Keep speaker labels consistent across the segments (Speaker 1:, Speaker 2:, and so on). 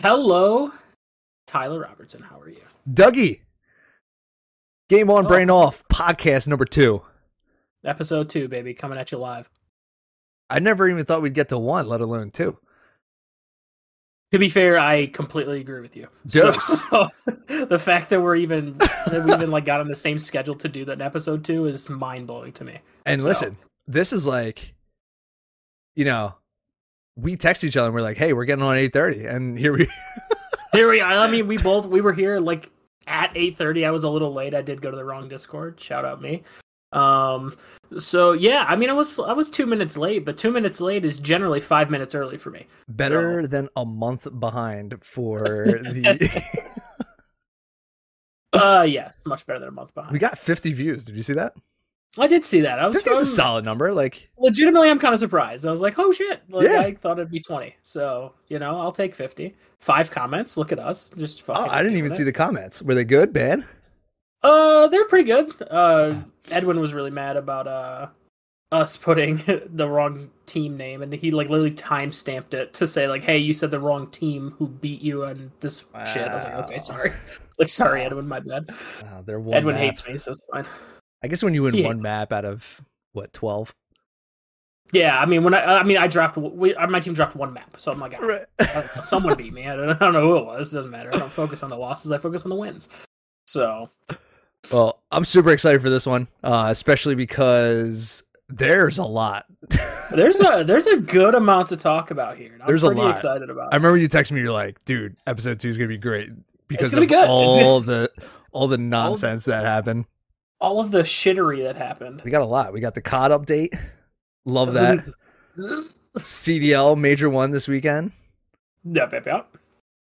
Speaker 1: Hello, Tyler Robertson. How are you?
Speaker 2: Dougie. Game on,
Speaker 1: Oh.
Speaker 2: brain off. Podcast number two.
Speaker 1: Episode two, baby, coming at you live.
Speaker 2: I never even thought we'd get to one, let alone two.
Speaker 1: To be fair, I completely agree with you.
Speaker 2: Dose.
Speaker 1: So, the fact that we're even that we even like got on the same schedule to do that in episode two is mind blowing to me.
Speaker 2: And
Speaker 1: So-
Speaker 2: listen, this is like, you know, we text each other and we're like, "Hey, we're getting on eight thirty, and here we.
Speaker 1: Here we I mean we both we were here like at eight thirty. I was a little late. I did go to the wrong Discord. Shout out me. Um so yeah, I mean I was I was two minutes late, but two minutes late is generally five minutes early for me.
Speaker 2: Better than a month behind for the.
Speaker 1: Uh yes, much better than a month behind.
Speaker 2: we got fifty views. Did you see that?
Speaker 1: I did see that. I was,
Speaker 2: Fifty
Speaker 1: I
Speaker 2: is a
Speaker 1: was
Speaker 2: solid number. Like,
Speaker 1: legitimately i'm kind of surprised i was like oh shit like,
Speaker 2: Yeah.
Speaker 1: i thought it'd be 20 so you know i'll take 50 five comments look at us just fucking
Speaker 2: oh, I didn't even see
Speaker 1: the
Speaker 2: the comments. Were they good, bad?
Speaker 1: uh they're pretty good uh edwin was really mad about uh us putting the wrong team name and he like literally time stamped it to say like hey you said the wrong team who beat you and this shit i was like okay
Speaker 2: Wow.
Speaker 1: sorry like sorry
Speaker 2: Wow.
Speaker 1: edwin my bad
Speaker 2: Oh, they're one.
Speaker 1: edwin
Speaker 2: map.
Speaker 1: hates me so it's fine
Speaker 2: I guess when you win
Speaker 1: He
Speaker 2: one
Speaker 1: hates-
Speaker 2: map out of what twelve.
Speaker 1: yeah i mean when i i mean i dropped we, my team dropped one map so i'm like
Speaker 2: Right.
Speaker 1: Uh, someone beat me. I don't, I don't know who it was. doesn't matter. I don't focus on the losses. I focus on the wins. So
Speaker 2: Well, I'm super excited for this one, uh, especially because there's a lot. I
Speaker 1: there's a there's a good amount to talk about here. and I'm
Speaker 2: There's a
Speaker 1: pretty
Speaker 2: lot.
Speaker 1: excited about. it.
Speaker 2: remember you texted me, you're like, "Dude, episode two is gonna be great because
Speaker 1: gonna
Speaker 2: of
Speaker 1: be good. It's
Speaker 2: all the all the nonsense that happened."
Speaker 1: All of the shittery that happened.
Speaker 2: We got a lot. We got the COD update. Love that CDL major one this weekend.
Speaker 1: Yep, yep, yep.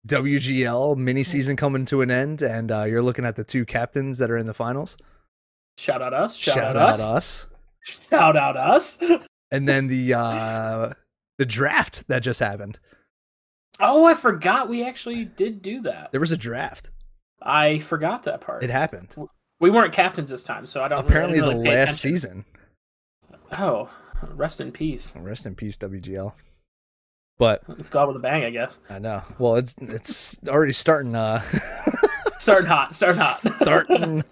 Speaker 2: WGL mini season coming to an end, and uh, you're looking at the two captains that are in the finals.
Speaker 1: Shout out us. Shout, out, us.
Speaker 2: us.
Speaker 1: Shout out us.
Speaker 2: And then the uh, the draft that just happened.
Speaker 1: Oh, I forgot we actually did do that.
Speaker 2: There was a draft.
Speaker 1: I forgot that part.
Speaker 2: It happened.
Speaker 1: we weren't captains this time, so I don't.
Speaker 2: Apparently,
Speaker 1: really, I
Speaker 2: the
Speaker 1: didn't really pay
Speaker 2: last
Speaker 1: attention.
Speaker 2: season. Oh,
Speaker 1: Oh, rest in peace.
Speaker 2: Rest in peace, WGL. But
Speaker 1: Let's go out with a bang, I guess.
Speaker 2: I know. Well, it's it's already starting uh
Speaker 1: Starting hot. Starting hot.
Speaker 2: starting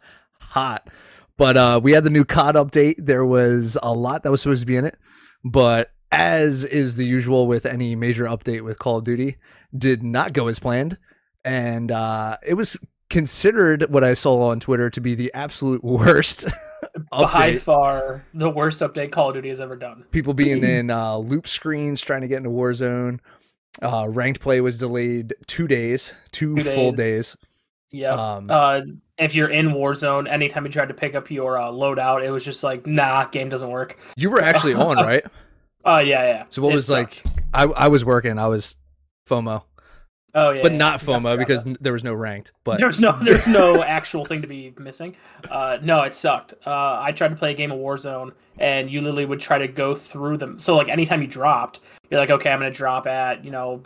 Speaker 2: hot. But uh we had the new COD update. There was a lot that was supposed to be in it, but as is the usual with any major update with Call of Duty, did not go as planned, and uh it was considered what I saw on Twitter to be the absolute worst
Speaker 1: by
Speaker 2: update.
Speaker 1: far the worst update Call of Duty has ever done.
Speaker 2: people being in uh, loop screens trying to get into Warzone. Uh, ranked play was delayed two days, two,
Speaker 1: Two
Speaker 2: full
Speaker 1: days.
Speaker 2: days.
Speaker 1: Yeah.
Speaker 2: Um,
Speaker 1: uh, if you're in Warzone, anytime you tried to pick up your uh, loadout, it was just like, nah, game doesn't work.
Speaker 2: you were actually on, right?
Speaker 1: Oh yeah, yeah.
Speaker 2: So what
Speaker 1: It
Speaker 2: was like?
Speaker 1: sucked.
Speaker 2: I I was working. I was FOMO,
Speaker 1: Oh yeah,
Speaker 2: but
Speaker 1: yeah.
Speaker 2: not
Speaker 1: I forgot
Speaker 2: FOMO
Speaker 1: about
Speaker 2: because
Speaker 1: that.
Speaker 2: n- there was no ranked. But
Speaker 1: there's no there's no actual thing to be missing. Uh, no, it sucked. Uh, I tried to play a game of Warzone, and you literally would try to go through them. So like anytime you dropped, you're like, okay, I'm gonna drop at you know,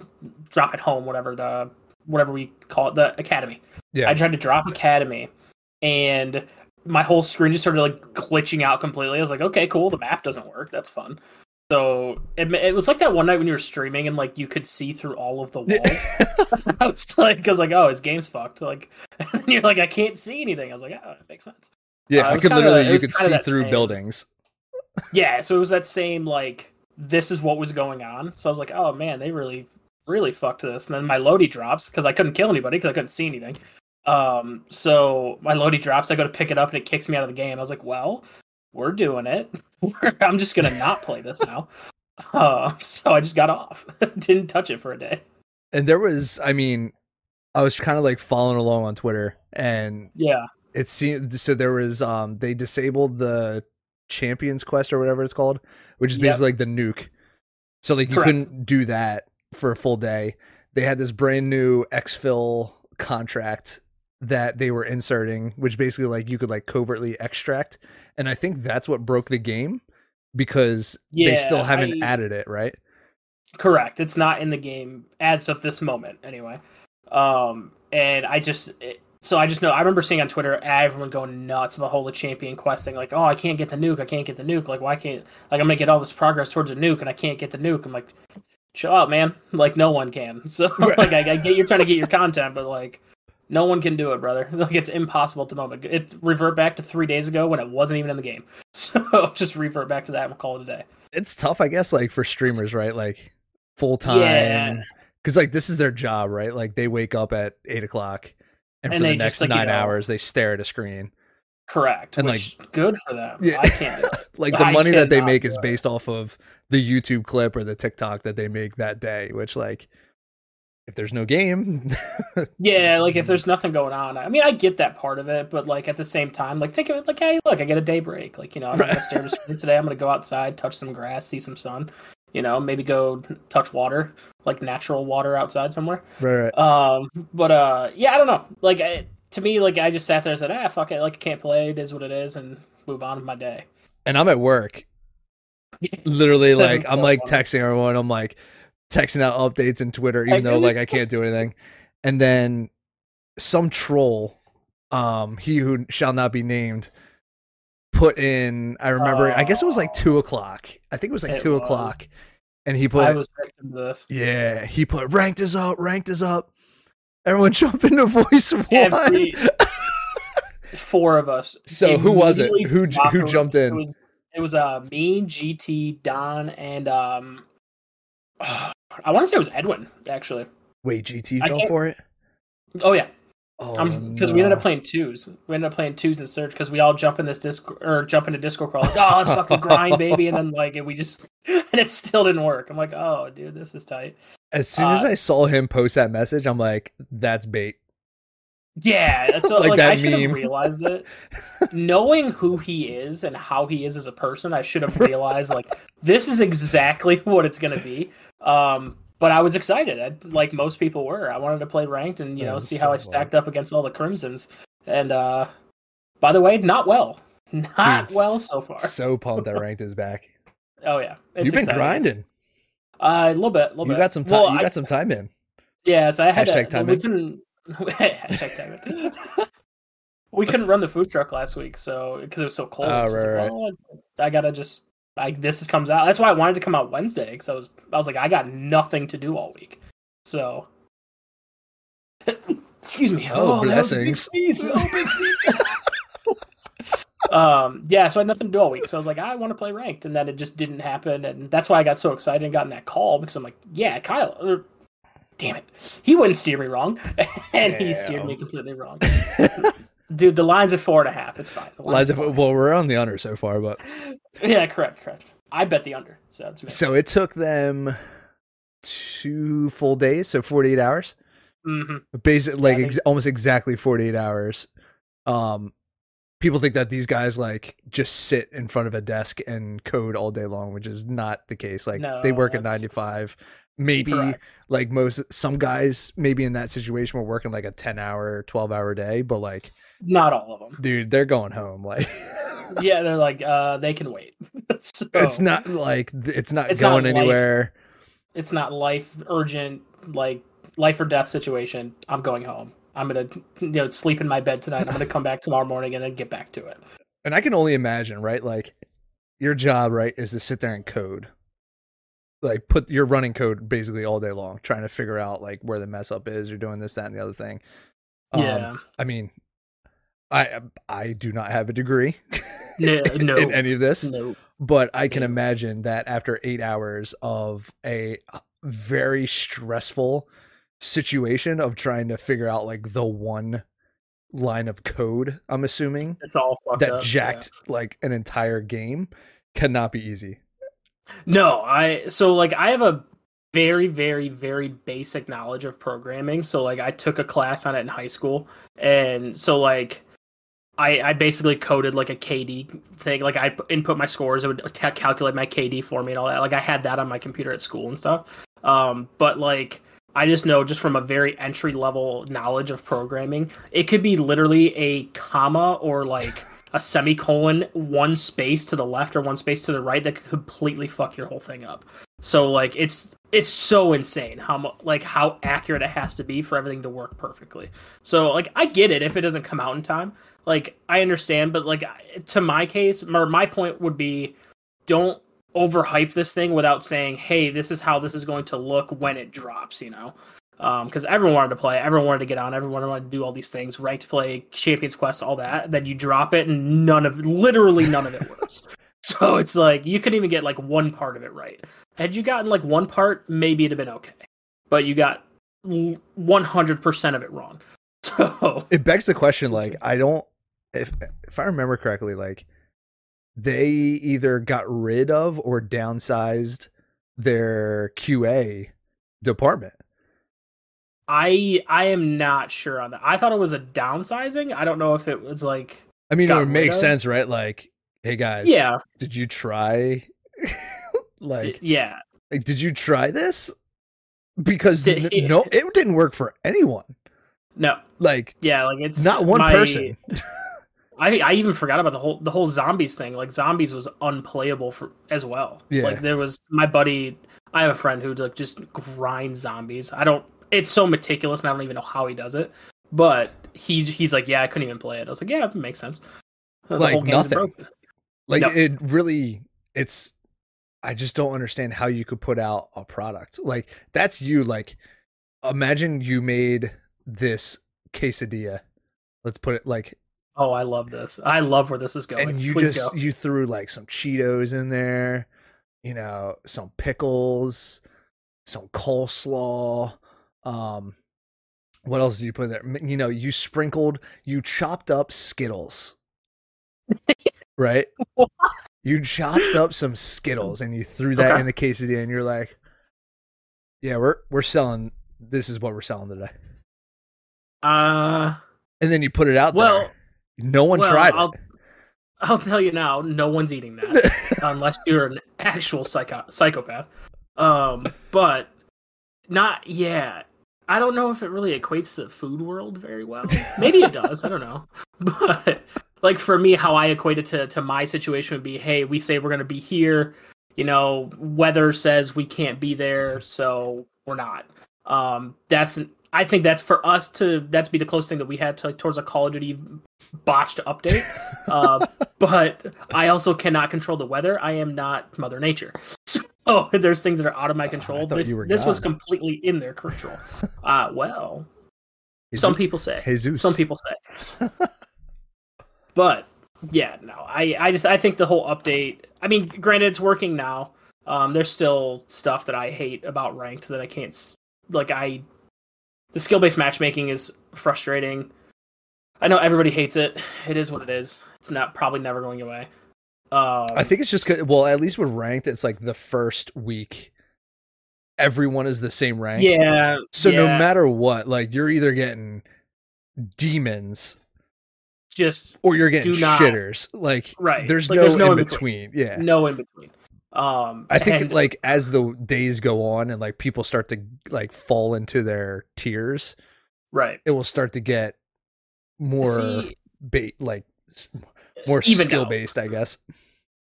Speaker 1: drop at home, whatever the whatever we call it, the academy.
Speaker 2: yeah,
Speaker 1: I tried to drop Academy, and my whole screen just started like glitching out completely. I was like, okay, cool, the map doesn't work. That's fun. So it, ma- it was like that one night when you were streaming and like you could see through all of the walls. I was like, I was like, oh, his game's fucked. Like, and you're like, I can't see anything. I was like, oh, that makes sense.
Speaker 2: yeah.
Speaker 1: uh, it
Speaker 2: I
Speaker 1: was
Speaker 2: could
Speaker 1: kinda-
Speaker 2: literally
Speaker 1: it
Speaker 2: you
Speaker 1: was
Speaker 2: could
Speaker 1: kinda
Speaker 2: see
Speaker 1: that
Speaker 2: through
Speaker 1: same.
Speaker 2: buildings.
Speaker 1: Yeah, so it was that same like this is what was going on. So I was like, oh man, they really really fucked this. And then my Lodi drops because I couldn't kill anybody because I couldn't see anything. Um, so my Lodi drops. I go to pick it up and it kicks me out of the game. I was like, well, we're doing it. I'm just gonna not play this now. Uh, so I just got off. Didn't touch it for a day.
Speaker 2: And there was, I mean, I was kind of like following along on Twitter, and
Speaker 1: Yeah,
Speaker 2: it seemed so there was um they disabled the champions quest or whatever it's called which is
Speaker 1: Yep.
Speaker 2: basically like the nuke so like you
Speaker 1: Correct.
Speaker 2: couldn't do that for a full day they had this brand new exfil contract that they were inserting which basically like you could like covertly extract and i think that's what broke the game because
Speaker 1: yeah.
Speaker 2: they still haven't
Speaker 1: I-
Speaker 2: added it right
Speaker 1: Correct. It's not in the game as of this moment, anyway. Um, and I just it, so I just know I remember seeing on Twitter everyone going nuts about whole the champion quest thing, like, oh, I can't get the nuke, I can't get the nuke, like, why can't like I'm gonna get all this progress towards a nuke and I can't get the nuke. I'm like, chill out, man. Like no one can. So
Speaker 2: Right.
Speaker 1: like I, I get you're trying to get your content, but like no one can do it, brother. Like it's impossible at the moment. It revert back to three days ago when it wasn't even in the game. So just revert back to that and call it a day.
Speaker 2: it's tough, I guess, like for streamers, right? Like full time,
Speaker 1: Yeah.
Speaker 2: because like this is their job, right? Like they wake up at eight o'clock, and,
Speaker 1: And
Speaker 2: for the
Speaker 1: they
Speaker 2: next
Speaker 1: just, like, you
Speaker 2: nine
Speaker 1: know-
Speaker 2: hours they stare at a screen.
Speaker 1: Correct.
Speaker 2: And,
Speaker 1: which good for them.
Speaker 2: Yeah.
Speaker 1: I can't do it.
Speaker 2: Like the
Speaker 1: I
Speaker 2: money that they
Speaker 1: cannot
Speaker 2: make
Speaker 1: do
Speaker 2: is
Speaker 1: it.
Speaker 2: based off of the YouTube clip or the TikTok that they make that day. Which like, if there's no game,
Speaker 1: Yeah, like if there's nothing going on, I mean, I get that part of it, but like at the same time, like think of it like, hey, look, I get a day break. Like you know, I'm
Speaker 2: Right.
Speaker 1: gonna stare at a screen today. I'm gonna go outside, touch some grass, see some sun. You know, maybe go touch water, like natural water outside somewhere.
Speaker 2: right, right.
Speaker 1: Um, but uh, yeah, I don't know. Like I, to me, like I just sat there and said, ah, fuck it. Like I can't play. It is what it is, and move on with my day.
Speaker 2: and I'm at work, literally
Speaker 1: That
Speaker 2: like
Speaker 1: was
Speaker 2: I'm
Speaker 1: so
Speaker 2: like
Speaker 1: funny.
Speaker 2: texting everyone. I'm like texting out updates and Twitter, even though like I can't do anything. And then some troll, um, he who shall not be named, put in. I remember. I guess it was like
Speaker 1: Oh.
Speaker 2: two o'clock. I think it was like
Speaker 1: It
Speaker 2: two
Speaker 1: was.
Speaker 2: o'clock, and he
Speaker 1: I
Speaker 2: put
Speaker 1: was victim to this.
Speaker 2: yeah, he put ranked is up, ranked is up. Everyone jump into voice one.
Speaker 1: Every four of us.
Speaker 2: So who was it?
Speaker 1: immediately
Speaker 2: Who j-
Speaker 1: dropped
Speaker 2: who
Speaker 1: it.
Speaker 2: jumped in?
Speaker 1: It was it was uh me, GT, Don, and um I want to say it was Edwin actually.
Speaker 2: Wait, GT
Speaker 1: I
Speaker 2: fell
Speaker 1: can't-
Speaker 2: for it.
Speaker 1: Oh yeah,
Speaker 2: Oh,
Speaker 1: because we ended
Speaker 2: no.
Speaker 1: up playing twos. We ended up playing twos in search because we all jump in this disc or jump into Discord crawl. Like, oh, let's fucking grind, baby! And then like we just and it still didn't work. I'm like, oh, dude, this is tight.
Speaker 2: As soon as
Speaker 1: Uh,
Speaker 2: I saw him post that message, I'm like, that's bait.
Speaker 1: Yeah, so
Speaker 2: Like
Speaker 1: like,
Speaker 2: that
Speaker 1: I should
Speaker 2: meme.
Speaker 1: have realized it. Knowing who he is and how he is as a person, I should have realized like this is exactly what it's gonna be. Um, but I was excited, I, like most people were. I wanted to play ranked and you
Speaker 2: That
Speaker 1: know
Speaker 2: was
Speaker 1: see
Speaker 2: so
Speaker 1: how I stacked up against all the crimsons. And uh, by the way, not well, not
Speaker 2: Dude,
Speaker 1: well so far.
Speaker 2: So pumped that ranked is back.
Speaker 1: Oh yeah, it's
Speaker 2: You've been
Speaker 1: exciting.
Speaker 2: grinding.
Speaker 1: Uh, a little bit, a little
Speaker 2: You
Speaker 1: bit.
Speaker 2: got some time.
Speaker 1: Well,
Speaker 2: you
Speaker 1: I-
Speaker 2: got some time in.
Speaker 1: Yes, I had
Speaker 2: Hashtag
Speaker 1: a, well,
Speaker 2: time
Speaker 1: we
Speaker 2: in.
Speaker 1: couldn't hashtag time in. we couldn't run the food truck last week, so because it was so cold.
Speaker 2: Oh,
Speaker 1: so I was like,
Speaker 2: right,
Speaker 1: "Oh, I gotta just like this is- comes out. That's why I wanted to come out Wednesday because I was I was like I got nothing to do all week. So excuse me.
Speaker 2: Oh,
Speaker 1: that was a big
Speaker 2: blessings.
Speaker 1: sneeze. Oh, big sneeze. um, yeah, so I had nothing to do all week. So I was like, I want to play ranked, and then it just didn't happen, and that's why I got so excited and gotten that call because I'm like, yeah, Kyle. Or, damn it, he wouldn't steer me wrong, and he steered me
Speaker 2: Damn.
Speaker 1: completely wrong. Dude, the line's at four and a half. It's fine. The line's
Speaker 2: Liza,
Speaker 1: at four
Speaker 2: well,
Speaker 1: and a
Speaker 2: we're on the under so far, but
Speaker 1: half. Yeah, correct, correct. I bet the under, so that's me.
Speaker 2: so it took them two full days, so 48 hours,
Speaker 1: Mhm.
Speaker 2: basically like
Speaker 1: I think-
Speaker 2: ex- almost exactly 48 hours. Um, people think that these guys like just sit in front of a desk and code all day long, which is not the case. Like they work
Speaker 1: No,
Speaker 2: at
Speaker 1: that's-
Speaker 2: 95, maybe
Speaker 1: Correct.
Speaker 2: like most some guys maybe in that situation were working like a 10 hour 12 hour day but like
Speaker 1: Not all of them.
Speaker 2: dude they're going home like
Speaker 1: Yeah, they're like, uh, they can wait. so,
Speaker 2: it's not like th- it's not
Speaker 1: It's not
Speaker 2: going
Speaker 1: life.
Speaker 2: anywhere
Speaker 1: it's not life urgent like life or death situation i'm going home i'm gonna you know sleep in my bed tonight i'm gonna come back tomorrow morning and then get back to it
Speaker 2: and i can only imagine right like your job right is to sit there and code like put you're running code basically all day long trying to figure out like where the mess up is you're doing this that and the other thing Um,
Speaker 1: yeah
Speaker 2: i mean i i do not have a degree
Speaker 1: yeah no
Speaker 2: in any of this
Speaker 1: no
Speaker 2: but I can
Speaker 1: Yeah.
Speaker 2: imagine that after eight hours of a uh, very stressful situation of trying to figure out like the one line of code, I'm assuming
Speaker 1: it's all fucked
Speaker 2: that
Speaker 1: up,
Speaker 2: jacked like an entire game cannot be easy.
Speaker 1: yeah. no i so like i have a very very very basic knowledge of programming so like i took a class on it in high school and so like I, I basically coded like a KD thing. Like I p- input my scores, it would t- calculate my KD for me and all that. Like I had that on my computer at school and stuff. Um, but like I just know just from a very entry level knowledge of programming, it could be literally a comma or like a semicolon, one space to the left or one space to the right that could completely fuck your whole thing up. So like it's it's so insane how mu- like how accurate it has to be for everything to work perfectly. So like I get it if it doesn't come out in time. Like I understand, but like I- to my case, or my point would be, don't overhype this thing without saying, "Hey, this is how this is going to look when it drops," you know. Because Um, everyone wanted to play, everyone wanted to get on, everyone wanted to do all these things, right to play, Champions Quest, all that. Then you drop it, and none of, literally none of it works. so it's like you couldn't even get like one part of it right. Had you gotten like one part, maybe it'd have been okay. But you got one hundred percent of it wrong. So
Speaker 2: it begs the question like i don't if uh, if i remember correctly like they either got rid of or downsized their qa department
Speaker 1: I I am not sure on that. I thought it was a downsizing. I don't know if it was like
Speaker 2: i mean it
Speaker 1: Got
Speaker 2: would make
Speaker 1: rid of?
Speaker 2: sense right like hey guys
Speaker 1: yeah
Speaker 2: did you try
Speaker 1: d-
Speaker 2: like,
Speaker 1: yeah
Speaker 2: like did you try this because
Speaker 1: Did he-
Speaker 2: n- no it didn't work for anyone
Speaker 1: no
Speaker 2: like
Speaker 1: yeah like it's
Speaker 2: not one
Speaker 1: my-
Speaker 2: person
Speaker 1: I I even forgot about the whole the whole zombies thing. Like zombies was unplayable for as well.
Speaker 2: Yeah.
Speaker 1: Like there was my buddy. I have a friend who like just grinds zombies. I don't. It's so meticulous, and I don't even know how he does it. But he he's like, yeah, I couldn't even play it. I was like, yeah, it makes sense. The
Speaker 2: Like,
Speaker 1: whole game's
Speaker 2: nothing.
Speaker 1: broken.
Speaker 2: like
Speaker 1: No.
Speaker 2: it really it's i just don't understand how you could put out a product like that's you like imagine you made this quesadilla let's put it like
Speaker 1: Oh, I love this. I love where this is going.
Speaker 2: and you
Speaker 1: Please
Speaker 2: just
Speaker 1: go.
Speaker 2: you threw like some cheetos in there you know some pickles some coleslaw um what else did you put in there M- you know you sprinkled you chopped up skittles right
Speaker 1: What?
Speaker 2: you chopped up some skittles and you threw that
Speaker 1: Okay.
Speaker 2: in the quesadilla and you're like yeah we're we're selling this is what we're selling today
Speaker 1: Uh,
Speaker 2: and then you put it out
Speaker 1: Well-
Speaker 2: there no one
Speaker 1: well,
Speaker 2: tried
Speaker 1: I'll,
Speaker 2: it
Speaker 1: I'll tell you now. No one's eating that. unless you're an actual psycho- psychopath. Um, but not yeah. I don't know if it really equates to the food world very well. Maybe it does. I don't know. But like for me, how I equate it to to my situation would be, hey, we say we're gonna be here. You know, weather says we can't be there, so we're not. Um, that's I think that's for us to that's be the closest thing that we had to like towards a Call of Duty botched update. uh, but I also cannot control the weather. I am not Mother Nature. So there's things that are out of my
Speaker 2: Oh, I
Speaker 1: control.
Speaker 2: thought
Speaker 1: this
Speaker 2: you were
Speaker 1: this was
Speaker 2: God.
Speaker 1: completely in their control. Uh, well,
Speaker 2: Is
Speaker 1: some
Speaker 2: it-
Speaker 1: people say.
Speaker 2: Jesus.
Speaker 1: Some people say. but yeah, no, I, I just I think the whole update. I mean, granted, it's working now. Um, there's still stuff that I hate about ranked that I can't s- like. I the skill based matchmaking is frustrating. I know everybody hates it. It is what it is. It's not probably never going away. Um,
Speaker 2: I think it's just 'cause- well, at least with ranked, it's like the first week, everyone is the same rank.
Speaker 1: Yeah.
Speaker 2: So no
Speaker 1: yeah,
Speaker 2: matter what, like you're either getting demons
Speaker 1: just
Speaker 2: or you're getting
Speaker 1: Do not-
Speaker 2: shitters. Like
Speaker 1: Right.
Speaker 2: there's,
Speaker 1: Like,
Speaker 2: no
Speaker 1: there's no
Speaker 2: in
Speaker 1: in between.
Speaker 2: between. Yeah.
Speaker 1: no in between. Um,
Speaker 2: I think
Speaker 1: and-
Speaker 2: like as the days go on and like people start to like fall into their tiers,
Speaker 1: right.
Speaker 2: it will start to get more
Speaker 1: See,
Speaker 2: bait like s- more
Speaker 1: evened
Speaker 2: skill
Speaker 1: out.
Speaker 2: based, I guess.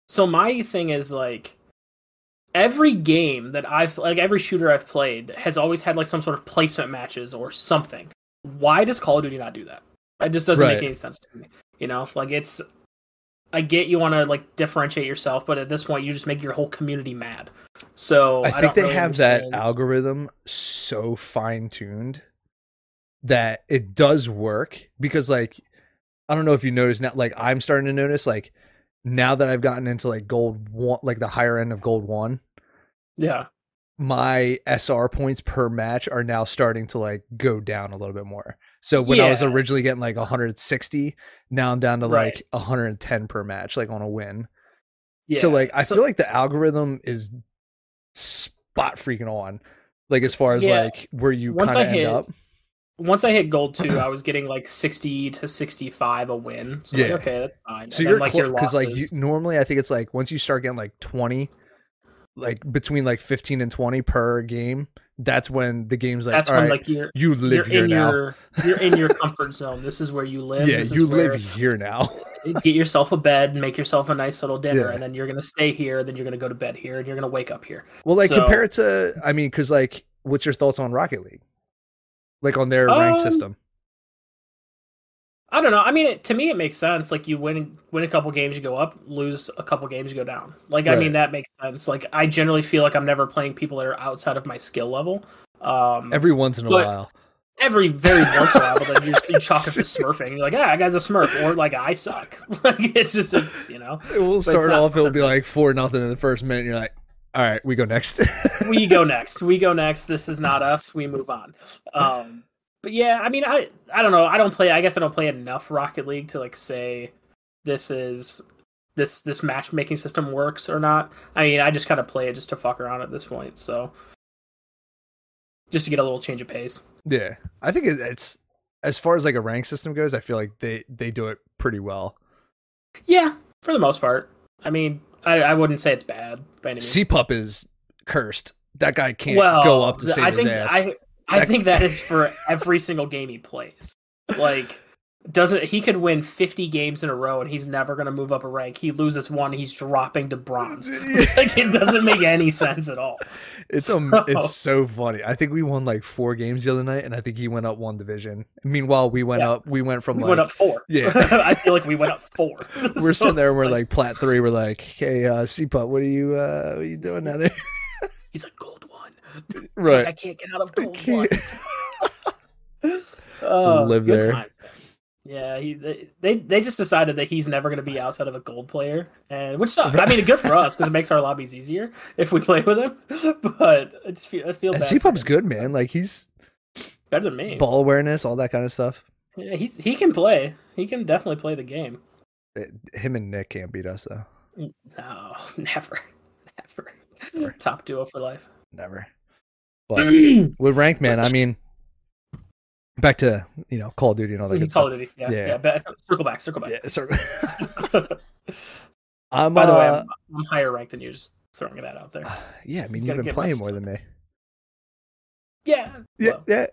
Speaker 1: So my thing is like every game that I've like every shooter I've played has always had like some sort of placement matches or something. Why does Call of Duty not do that? It just doesn't
Speaker 2: Right.
Speaker 1: make any sense to me. You know, like it's I get you want to like differentiate yourself, but at this point you just make your whole community mad. So
Speaker 2: I think
Speaker 1: don't
Speaker 2: they
Speaker 1: really
Speaker 2: have
Speaker 1: understand-
Speaker 2: that algorithm so fine tuned that it does work because like I don't know if you notice now like I'm starting to notice like now that I've gotten into like gold one like the higher end of gold one,
Speaker 1: Yeah.
Speaker 2: my SR points per match are now starting to like go down a little bit more. So when I was
Speaker 1: Yeah.
Speaker 2: originally getting like 160, now I'm down to
Speaker 1: Right.
Speaker 2: like 110 per match, like on a win.
Speaker 1: Yeah.
Speaker 2: So like I
Speaker 1: So-
Speaker 2: feel like the algorithm is spot freaking on. Like as far as
Speaker 1: Yeah.
Speaker 2: like where you
Speaker 1: Once
Speaker 2: kind
Speaker 1: I
Speaker 2: of end
Speaker 1: hit-
Speaker 2: up.
Speaker 1: once I hit gold two, I was getting like sixty to sixty five a win. So I'm
Speaker 2: Yeah.
Speaker 1: like, okay, that's fine.
Speaker 2: So
Speaker 1: And then,
Speaker 2: you're
Speaker 1: like your
Speaker 2: because like you
Speaker 1: losses-
Speaker 2: normally I think it's like once you start getting like 20 like between like 15 and 20 per game, that's when the game's like
Speaker 1: that's
Speaker 2: all
Speaker 1: when
Speaker 2: right,
Speaker 1: like you're
Speaker 2: you
Speaker 1: you're
Speaker 2: live here
Speaker 1: in
Speaker 2: now.
Speaker 1: your you're in your comfort zone. This is where you live.
Speaker 2: yeah,
Speaker 1: This is
Speaker 2: you live
Speaker 1: where-
Speaker 2: here now.
Speaker 1: Get yourself a bed, make yourself a nice little dinner,
Speaker 2: Yeah.
Speaker 1: and then you're gonna stay here. Then you're gonna go to bed here, and you're gonna wake up here.
Speaker 2: Well, like
Speaker 1: So-
Speaker 2: compare it to I mean cuz like what's your thoughts on Rocket League? Like on their rank
Speaker 1: Um,
Speaker 2: system.
Speaker 1: I don't know. I mean, it, to me, it makes sense. Like you win win a couple games, you go up; lose a couple games, you go down. Like I
Speaker 2: Right.
Speaker 1: mean, that makes sense. Like I generally feel like I'm never playing people that are outside of my skill level. Um, every,
Speaker 2: Every once in a
Speaker 1: But-
Speaker 2: while.
Speaker 1: very once in a while, but then you just you chalk it to smurfing. You're like, ah, that guy's a smurf, or like I suck. like it's just it's you know
Speaker 2: We'll
Speaker 1: it's
Speaker 2: start
Speaker 1: not
Speaker 2: off, it'll be like four nothing in the first minute, and you're like, all right, we go next.
Speaker 1: we go next. We go next. This is not us. We move on. Um, but yeah, I mean, I I don't know. I don't play. I guess I don't play enough Rocket League to like say this is this this matchmaking system works or not. I mean, I just kind of play it just to fuck around at this point. So just to get a little change of pace.
Speaker 2: yeah. I think it, it's as far as like a rank system goes, I feel like they they do it pretty well.
Speaker 1: Yeah, for the most part. I mean, I, I wouldn't say it's bad by any means.
Speaker 2: C Pup is cursed. That guy can't go up to
Speaker 1: th-
Speaker 2: save
Speaker 1: I think,
Speaker 2: his ass.
Speaker 1: I, I
Speaker 2: That-
Speaker 1: think that is for every single game he plays. Like, doesn't he could win 50 games in a row and he's never going to move up a rank. He loses one, he's dropping to bronze. like, it doesn't make any sense at all.
Speaker 2: It's
Speaker 1: So-
Speaker 2: um, it's so funny. I think we won like four games the other night, and I think he went up one division. Meanwhile, we went
Speaker 1: Yeah.
Speaker 2: up. We went from
Speaker 1: We
Speaker 2: like
Speaker 1: went up four.
Speaker 2: Yeah.
Speaker 1: I feel like we went up four.
Speaker 2: we're
Speaker 1: So
Speaker 2: sitting there
Speaker 1: it's
Speaker 2: and we're like, plat three. We're like, hey, uh, C Pup, what are you uh, what are you doing out there?
Speaker 1: he's like, gold one. He's like, I
Speaker 2: right.
Speaker 1: can't get out of
Speaker 2: I
Speaker 1: gold one.
Speaker 2: can't-
Speaker 1: Oh,
Speaker 2: Live
Speaker 1: good
Speaker 2: there.
Speaker 1: times, man. Yeah, he, they they- they just decided that he's never going to be outside of a gold player, and which sucks. I mean, good for us because it makes our lobbies easier if we play with him. But I just feel, I feel
Speaker 2: And
Speaker 1: bad.
Speaker 2: C
Speaker 1: for
Speaker 2: Pup's
Speaker 1: him.
Speaker 2: good, man. Like he's
Speaker 1: Better than me.
Speaker 2: ball awareness, all that kind of stuff.
Speaker 1: Yeah, he's he can play. He can definitely play the game.
Speaker 2: It- him and Nick can't beat us though.
Speaker 1: No, never, never.
Speaker 2: Never.
Speaker 1: Top duo for life.
Speaker 2: Never.
Speaker 1: Mm.
Speaker 2: But with rank, man. I mean, back to you know Call of Duty and all that good
Speaker 1: Call
Speaker 2: stuff.
Speaker 1: of Duty. Yeah,
Speaker 2: Yeah.
Speaker 1: yeah. back- circle back. Circle back.
Speaker 2: Yeah, sorry. I'm,
Speaker 1: By the way,
Speaker 2: uh,
Speaker 1: I'm, I'm higher ranked than you. Just throwing that out there.
Speaker 2: yeah, I mean, you've
Speaker 1: gotta
Speaker 2: been
Speaker 1: get my
Speaker 2: playing
Speaker 1: s-
Speaker 2: more than me.
Speaker 1: Yeah.
Speaker 2: Yeah,
Speaker 1: well,
Speaker 2: yeah.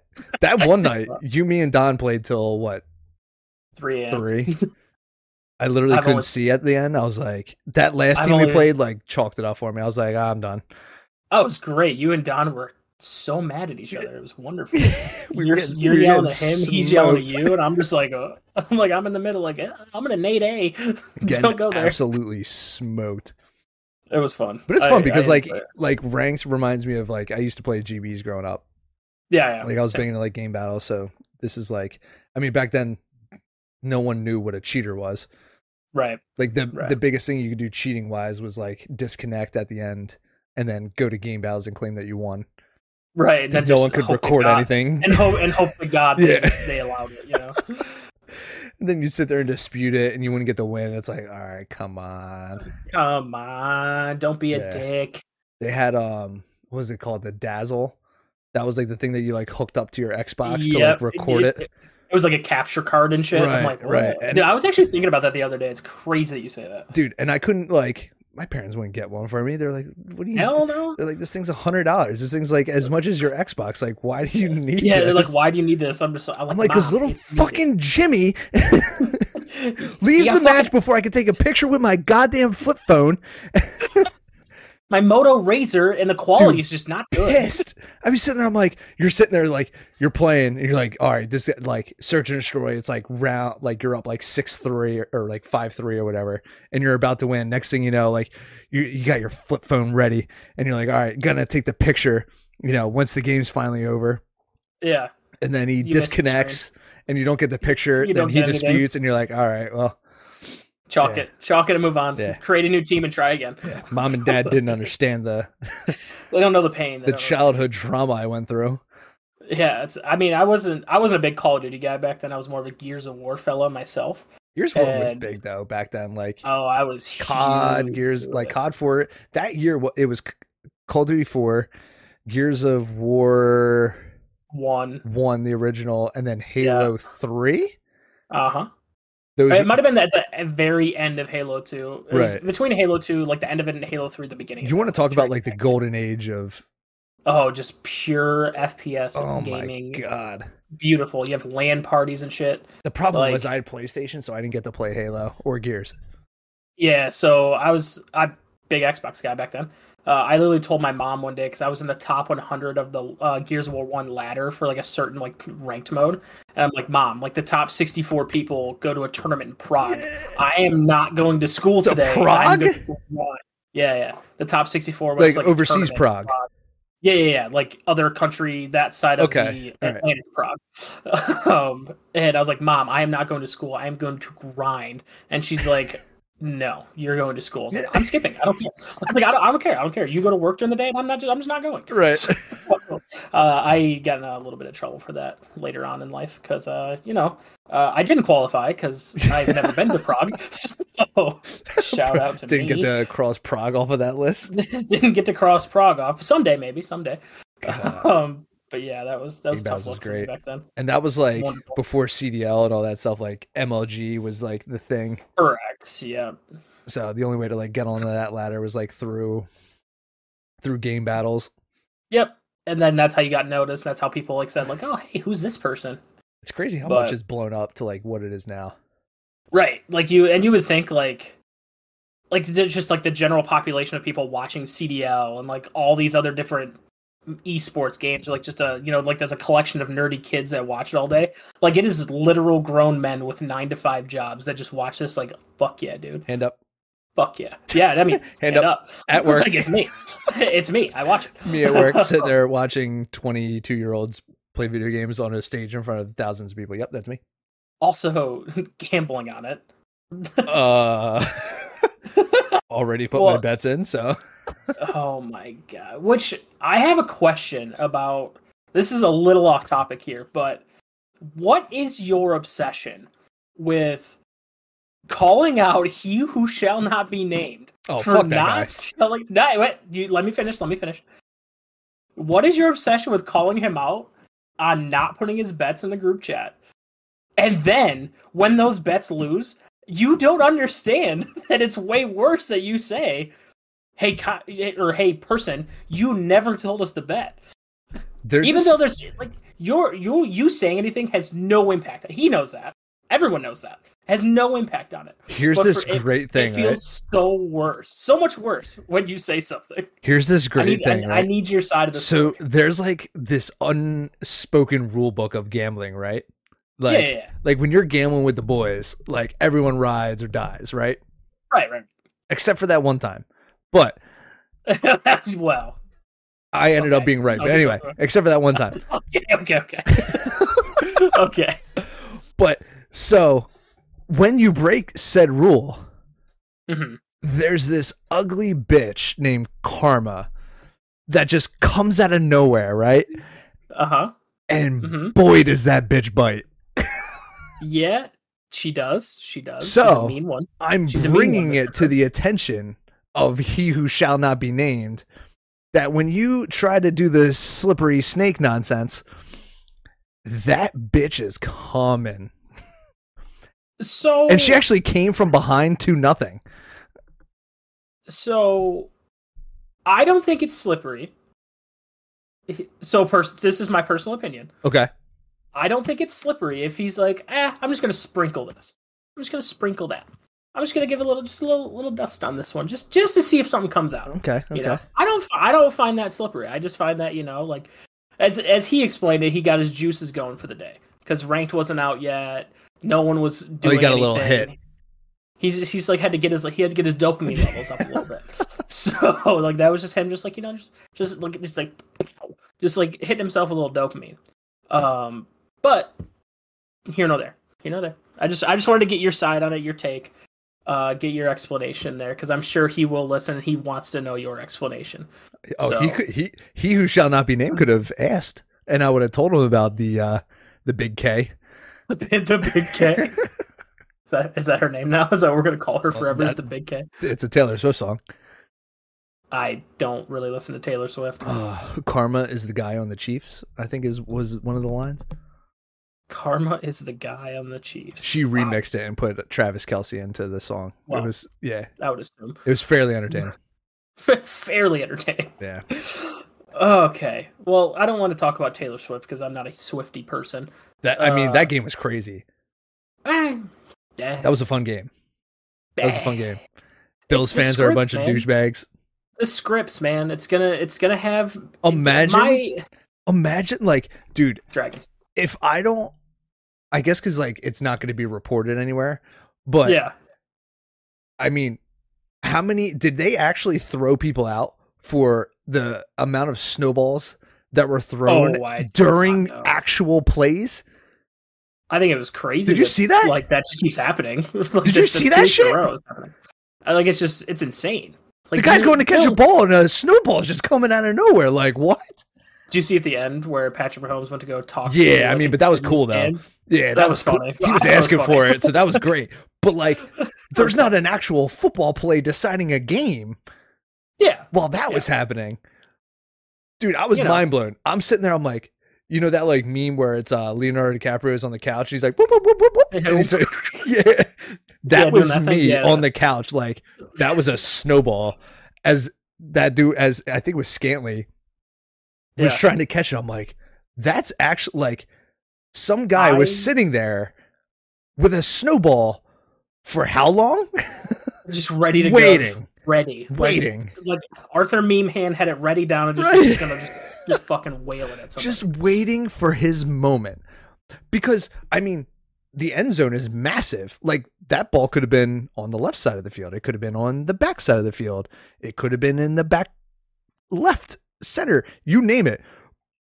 Speaker 2: That
Speaker 1: I
Speaker 2: one
Speaker 1: think
Speaker 2: night,
Speaker 1: so.
Speaker 2: you, me, and Don played till what
Speaker 1: Three. And,
Speaker 2: three? I literally
Speaker 1: I've
Speaker 2: couldn't
Speaker 1: only-
Speaker 2: see at the end. I was like, that last
Speaker 1: I've
Speaker 2: team we
Speaker 1: only-
Speaker 2: played like chalked it up for me. I was like, ah, I'm done.
Speaker 1: Oh, it was great. You and Don were so mad at each other. It was wonderful.
Speaker 2: We
Speaker 1: you're
Speaker 2: were getting-
Speaker 1: you're
Speaker 2: we were
Speaker 1: yelling at him,
Speaker 2: getting
Speaker 1: he's yelling at
Speaker 2: smoked.
Speaker 1: you, and I'm just like, uh, I'm like, I'm in the middle, like, eh, I'm gonna nade A.
Speaker 2: Getting
Speaker 1: Don't go there.
Speaker 2: Absolutely smoked.
Speaker 1: It was fun,
Speaker 2: But it's
Speaker 1: I-
Speaker 2: fun
Speaker 1: I
Speaker 2: because like
Speaker 1: enjoyed it.
Speaker 2: like ranks reminds me of like I used to play GBs growing up.
Speaker 1: yeah, yeah,
Speaker 2: like I was
Speaker 1: same.
Speaker 2: big into like game battles, so this is like I mean back then no one knew what a cheater was.
Speaker 1: right.
Speaker 2: Like the
Speaker 1: Right.
Speaker 2: the biggest thing you could do cheating wise was like disconnect at the end and then go to game battles and claim that you won.
Speaker 1: Right, and
Speaker 2: Because
Speaker 1: then just
Speaker 2: no one could
Speaker 1: hope to
Speaker 2: record
Speaker 1: God-
Speaker 2: anything.
Speaker 1: and hope and hope to God they,
Speaker 2: Yeah.
Speaker 1: just, they allowed it. You know,
Speaker 2: And then you sit there and dispute it and you wouldn't get the win. It's like, all right, come on.
Speaker 1: come on, don't be a
Speaker 2: Yeah.
Speaker 1: dick.
Speaker 2: They had um what was it called? The dazzle. That was like the thing that you like hooked up to your Xbox to like
Speaker 1: Yep,
Speaker 2: record it.
Speaker 1: It, was like a capture card and shit.
Speaker 2: Right,
Speaker 1: I'm like,
Speaker 2: right,
Speaker 1: right.
Speaker 2: and-
Speaker 1: Dude, I was actually thinking about that the other day. It's crazy that you say that.
Speaker 2: Dude, and I couldn't like my parents wouldn't get one for me. They're like, What are you
Speaker 1: Hell no.
Speaker 2: They're like, this thing's a hundred dollars. This thing's like as much as your Xbox. Like, why do you need?
Speaker 1: Yeah, they're like,
Speaker 2: this?"
Speaker 1: why do you need this? I'm just, I'm like,
Speaker 2: I'm like, because
Speaker 1: "Mom,
Speaker 2: little
Speaker 1: it's needed."
Speaker 2: fucking Jimmy
Speaker 1: You
Speaker 2: leaves
Speaker 1: got
Speaker 2: the match
Speaker 1: fucking-
Speaker 2: before I can take a picture with my goddamn flip phone.
Speaker 1: My Moto Razor and the quality
Speaker 2: Dude,
Speaker 1: is just not good.
Speaker 2: Pissed. I was sitting there. I'm like, you're sitting there, like you're playing, and you're like, all right, this like search and destroy. It's like round, like you're up like six three or, or like five three or whatever, and you're about to win. Next thing you know, like you you got your flip phone ready, and you're like, all right, gonna take the picture. You know, once the game's finally over,
Speaker 1: Yeah,
Speaker 2: and then he
Speaker 1: You missed the stream.
Speaker 2: disconnects and you don't get the picture
Speaker 1: You
Speaker 2: then
Speaker 1: don't
Speaker 2: he
Speaker 1: get anything.
Speaker 2: disputes and you're like all right well
Speaker 1: chalk
Speaker 2: Yeah.
Speaker 1: it, chalk it, and move on.
Speaker 2: Yeah.
Speaker 1: Create a new team and try again.
Speaker 2: mom and dad didn't understand the
Speaker 1: They don't know the pain. They
Speaker 2: the
Speaker 1: don't know-
Speaker 2: childhood trauma i went through
Speaker 1: Yeah, it's. I mean, I wasn't. I wasn't a big Call of Duty guy back then. I was more of a Gears of War fella myself.
Speaker 2: gears one was
Speaker 1: And-
Speaker 2: big though back then like
Speaker 1: Oh, I was
Speaker 2: cod
Speaker 1: huge
Speaker 2: gears
Speaker 1: into
Speaker 2: like
Speaker 1: it.
Speaker 2: cod 4 that year wa- it was C- call of duty 4 gears of war
Speaker 1: one.
Speaker 2: 1 the original and then halo 3
Speaker 1: Uh huh.
Speaker 2: those
Speaker 1: It might have been at the very end of Halo Two. It was
Speaker 2: Right.
Speaker 1: between Halo Two, like the end of it, and Halo Three, the beginning.
Speaker 2: you want to talk about like the golden age of
Speaker 1: Oh, just pure FPS
Speaker 2: oh
Speaker 1: gaming.
Speaker 2: my god
Speaker 1: Beautiful. You have land parties and shit.
Speaker 2: the problem
Speaker 1: Like-
Speaker 2: was i had playstation so i didn't get to play halo or gears
Speaker 1: Yeah, so I was I big Xbox guy back then. Uh, I literally told my mom one day because I was in the top 100 of the uh, Gears of War One ladder for like a certain like ranked mode, and I'm like, Mom, like the top 64 people go to a tournament in Prague. I am not going to school
Speaker 2: To
Speaker 1: today. I'm
Speaker 2: Prague?
Speaker 1: going to- yeah, yeah. The top 64 was
Speaker 2: Like
Speaker 1: a tournament
Speaker 2: overseas
Speaker 1: in
Speaker 2: Prague.
Speaker 1: Yeah, yeah, yeah. Like other country that side of
Speaker 2: Okay,
Speaker 1: the
Speaker 2: all right.
Speaker 1: Atlantic Prague. um, and I was like, Mom, I am not going to school. I am going to grind. And she's like, No, you're going to school. I was like, I'm skipping. I don't care. I was like, I don't, I don't care. I don't care. You go to work during the day, and I'm not. Just, I'm just not going.
Speaker 2: Right.
Speaker 1: So, uh, I got in a little bit of trouble for that later on in life because, uh, you know, uh, I didn't qualify because I've never been to Prague. So shout out to
Speaker 2: Didn't
Speaker 1: me.
Speaker 2: get to cross Prague off of that list.
Speaker 1: didn't get to cross Prague off. Someday, maybe someday.
Speaker 2: God.
Speaker 1: Um, but yeah, that was that was
Speaker 2: Big
Speaker 1: tough
Speaker 2: Bowser's
Speaker 1: luck for me
Speaker 2: great.
Speaker 1: back then.
Speaker 2: And that was like
Speaker 1: Wonderful.
Speaker 2: before CDL and all that stuff. Like MLG was like the thing.
Speaker 1: Correct. Yeah.
Speaker 2: So the only way to like get onto that ladder was like through through game battles.
Speaker 1: Yep. And then that's how you got noticed. That's how people like said like, "Oh, hey, who's this person?"
Speaker 2: It's crazy how much
Speaker 1: But-
Speaker 2: it's blown up to like what it is now.
Speaker 1: Right. Like you and you would think like like th- just like the general population of people watching CDL and like all these other different esports games or like just a you know like there's a collection of nerdy kids that watch it all day like it is literal grown men with nine to five jobs that just watch this like fuck yeah dude
Speaker 2: Hand up,
Speaker 1: fuck yeah yeah i mean
Speaker 2: hand,
Speaker 1: hand
Speaker 2: up.
Speaker 1: up.
Speaker 2: At work.
Speaker 1: like it's me it's me i watch it
Speaker 2: Me at work, sit there watching twenty two year olds play video games on a stage in front of thousands of people. Yep, that's me.
Speaker 1: also gambling on it
Speaker 2: Uh, already put my
Speaker 1: Well-
Speaker 2: bets in, so
Speaker 1: oh my god which i have a question about this is a little off topic here but what is your obsession with calling out he who shall not be named
Speaker 2: oh
Speaker 1: for
Speaker 2: fuck that
Speaker 1: not
Speaker 2: guy.
Speaker 1: telling no, wait, you, let me finish let me finish what is your obsession with calling him out on not putting his bets in the group chat and then when those bets lose you don't understand that it's way worse that you say hey co- or hey person you never told us to bet
Speaker 2: There's
Speaker 1: even
Speaker 2: this-
Speaker 1: though there's like your you you saying anything has no impact he knows that everyone knows that has no impact on it
Speaker 2: here's
Speaker 1: but
Speaker 2: this
Speaker 1: for- it-
Speaker 2: great thing.
Speaker 1: it
Speaker 2: right?
Speaker 1: feels so worse, so much worse when you say something.
Speaker 2: Here's this great
Speaker 1: I need,
Speaker 2: thing.
Speaker 1: I,
Speaker 2: right?
Speaker 1: I need your side of the
Speaker 2: so
Speaker 1: story.
Speaker 2: there's like this unspoken rule book of gambling right like
Speaker 1: yeah, yeah, yeah,
Speaker 2: like when you're gambling with the boys like everyone rides or dies right
Speaker 1: right, right.
Speaker 2: except for that one time but
Speaker 1: well,
Speaker 2: i ended up
Speaker 1: Okay.
Speaker 2: being right but
Speaker 1: Okay.
Speaker 2: anyway except for that one time
Speaker 1: okay, okay, okay, okay.
Speaker 2: but so when you break said rule
Speaker 1: hmm
Speaker 2: there's this ugly bitch named karma that just comes out of nowhere right
Speaker 1: Uh huh.
Speaker 2: and
Speaker 1: Mhm.
Speaker 2: boy does that bitch bite
Speaker 1: Yeah, she does. She does. She's
Speaker 2: So-
Speaker 1: a mean one.
Speaker 2: I'm
Speaker 1: She's a mean one,
Speaker 2: bringing
Speaker 1: Mr.
Speaker 2: it to the attention of he who shall not be named that when you try to do the slippery snake nonsense, that bitch is coming.
Speaker 1: So
Speaker 2: And she actually came from behind to nothing.
Speaker 1: so I don't think it's slippery. So, pers- this is my personal opinion.
Speaker 2: Okay.
Speaker 1: I don't think it's slippery if he's like, eh, I'm just gonna sprinkle this. I'm just gonna sprinkle that. I'm just gonna give a little, just a little, little dust on this one, just just to see if something comes out.
Speaker 2: Okay. Oh,
Speaker 1: You
Speaker 2: Okay.
Speaker 1: know, I don't, fi- I don't find that slippery. I just find that you know, like, as as he explained it, he got his juices going for the day because ranked wasn't out yet. No one was
Speaker 2: Oh,
Speaker 1: doing.
Speaker 2: he got a little
Speaker 1: anything.
Speaker 2: hit.
Speaker 1: He's he's like had to get his like he had to get his dopamine levels up a little bit. So like that was just him, just like you know, just just like just like just like hitting himself with a little dopamine. Um, but here no there, here no there. I just I just wanted to get your side on it, your take, uh, get your explanation there because I'm sure he will listen. and He wants to know your explanation.
Speaker 2: Oh,
Speaker 1: So-
Speaker 2: he could he he who shall not be named could have asked and I would have told him about the uh the big K.
Speaker 1: The, big- the big K. Is that, is that her name now? Is that what we're gonna call her
Speaker 2: Well,
Speaker 1: forever? Is
Speaker 2: Oh, that-
Speaker 1: the Big K?
Speaker 2: It's a Taylor Swift song.
Speaker 1: I don't really listen to Taylor Swift.
Speaker 2: Uh, Karma is the guy on the Chiefs, I think is was one of the lines.
Speaker 1: Karma is the guy on the Chiefs.
Speaker 2: she
Speaker 1: Wow.
Speaker 2: remixed it and put Travis Kelsey into the song.
Speaker 1: Wow.
Speaker 2: It was yeah,
Speaker 1: I would assume
Speaker 2: it was fairly entertaining.
Speaker 1: fairly entertaining.
Speaker 2: Yeah,
Speaker 1: Okay. Well, I don't want to talk about Taylor Swift because I'm not a Swifty person.
Speaker 2: that I mean
Speaker 1: Uh,
Speaker 2: that game was crazy.
Speaker 1: Eh, eh,
Speaker 2: That was a fun game. That was a fun game. Bills
Speaker 1: the
Speaker 2: fans are a
Speaker 1: script,
Speaker 2: bunch of
Speaker 1: man.
Speaker 2: douchebags.
Speaker 1: The scripts, man. It's gonna it's gonna have
Speaker 2: Imagine,
Speaker 1: my
Speaker 2: imagine, like, dude,
Speaker 1: dragons.
Speaker 2: if I don't, I guess because like it's not going to be reported anywhere. But
Speaker 1: yeah.
Speaker 2: I mean, how many did they actually throw people out for the amount of snowballs that were thrown
Speaker 1: Oh, I do
Speaker 2: during
Speaker 1: not know.
Speaker 2: actual plays?
Speaker 1: I think it was crazy.
Speaker 2: Did you see that?
Speaker 1: Like that just keeps happening.
Speaker 2: you see that shit?
Speaker 1: Like it's just it's insane. It's
Speaker 2: the
Speaker 1: like,
Speaker 2: guy's
Speaker 1: you-
Speaker 2: going to catch
Speaker 1: no.
Speaker 2: a ball and a snowball's just coming out of nowhere. Like what?
Speaker 1: Do you see at the end where Patrick Mahomes went to go talk? to
Speaker 2: Yeah,
Speaker 1: the,
Speaker 2: I mean,
Speaker 1: like,
Speaker 2: but that was
Speaker 1: in the
Speaker 2: cool, though.
Speaker 1: stands?
Speaker 2: Yeah, that,
Speaker 1: That
Speaker 2: was
Speaker 1: was
Speaker 2: cool.
Speaker 1: funny.
Speaker 2: He was
Speaker 1: That was
Speaker 2: asking for
Speaker 1: funny.
Speaker 2: it, so that was great. But like, there's not an actual football play deciding a game
Speaker 1: Yeah,
Speaker 2: while that was happening. Dude, I was
Speaker 1: You know.
Speaker 2: mind blown. I'm sitting there. I'm like, you know that like meme where it's uh, Leonardo DiCaprio is on the couch. And he's like, whoop, whoop, whoop, whoop, whoop.
Speaker 1: Yeah.
Speaker 2: And he's like, yeah, that
Speaker 1: doing
Speaker 2: was
Speaker 1: that thing,
Speaker 2: me
Speaker 1: yeah.
Speaker 2: on the couch. Like that was a snowball. As that dude, as I think it was Scantley, was
Speaker 1: Yeah.
Speaker 2: trying to catch it. I'm like, that's actually like some guy
Speaker 1: I-
Speaker 2: was sitting there with a snowball for how long?
Speaker 1: just ready to go.
Speaker 2: Waiting.
Speaker 1: Ready, Like-
Speaker 2: Waiting.
Speaker 1: Like, Arthur Meme Hand had it ready down and just,
Speaker 2: Right.
Speaker 1: just gonna just, just fucking wail it at somebody.
Speaker 2: just waiting for his moment. Because I mean, the end zone is massive. Like that ball could have been on the left side of the field. It could have been on the back side of the field. It could have been in the back left center. You name it.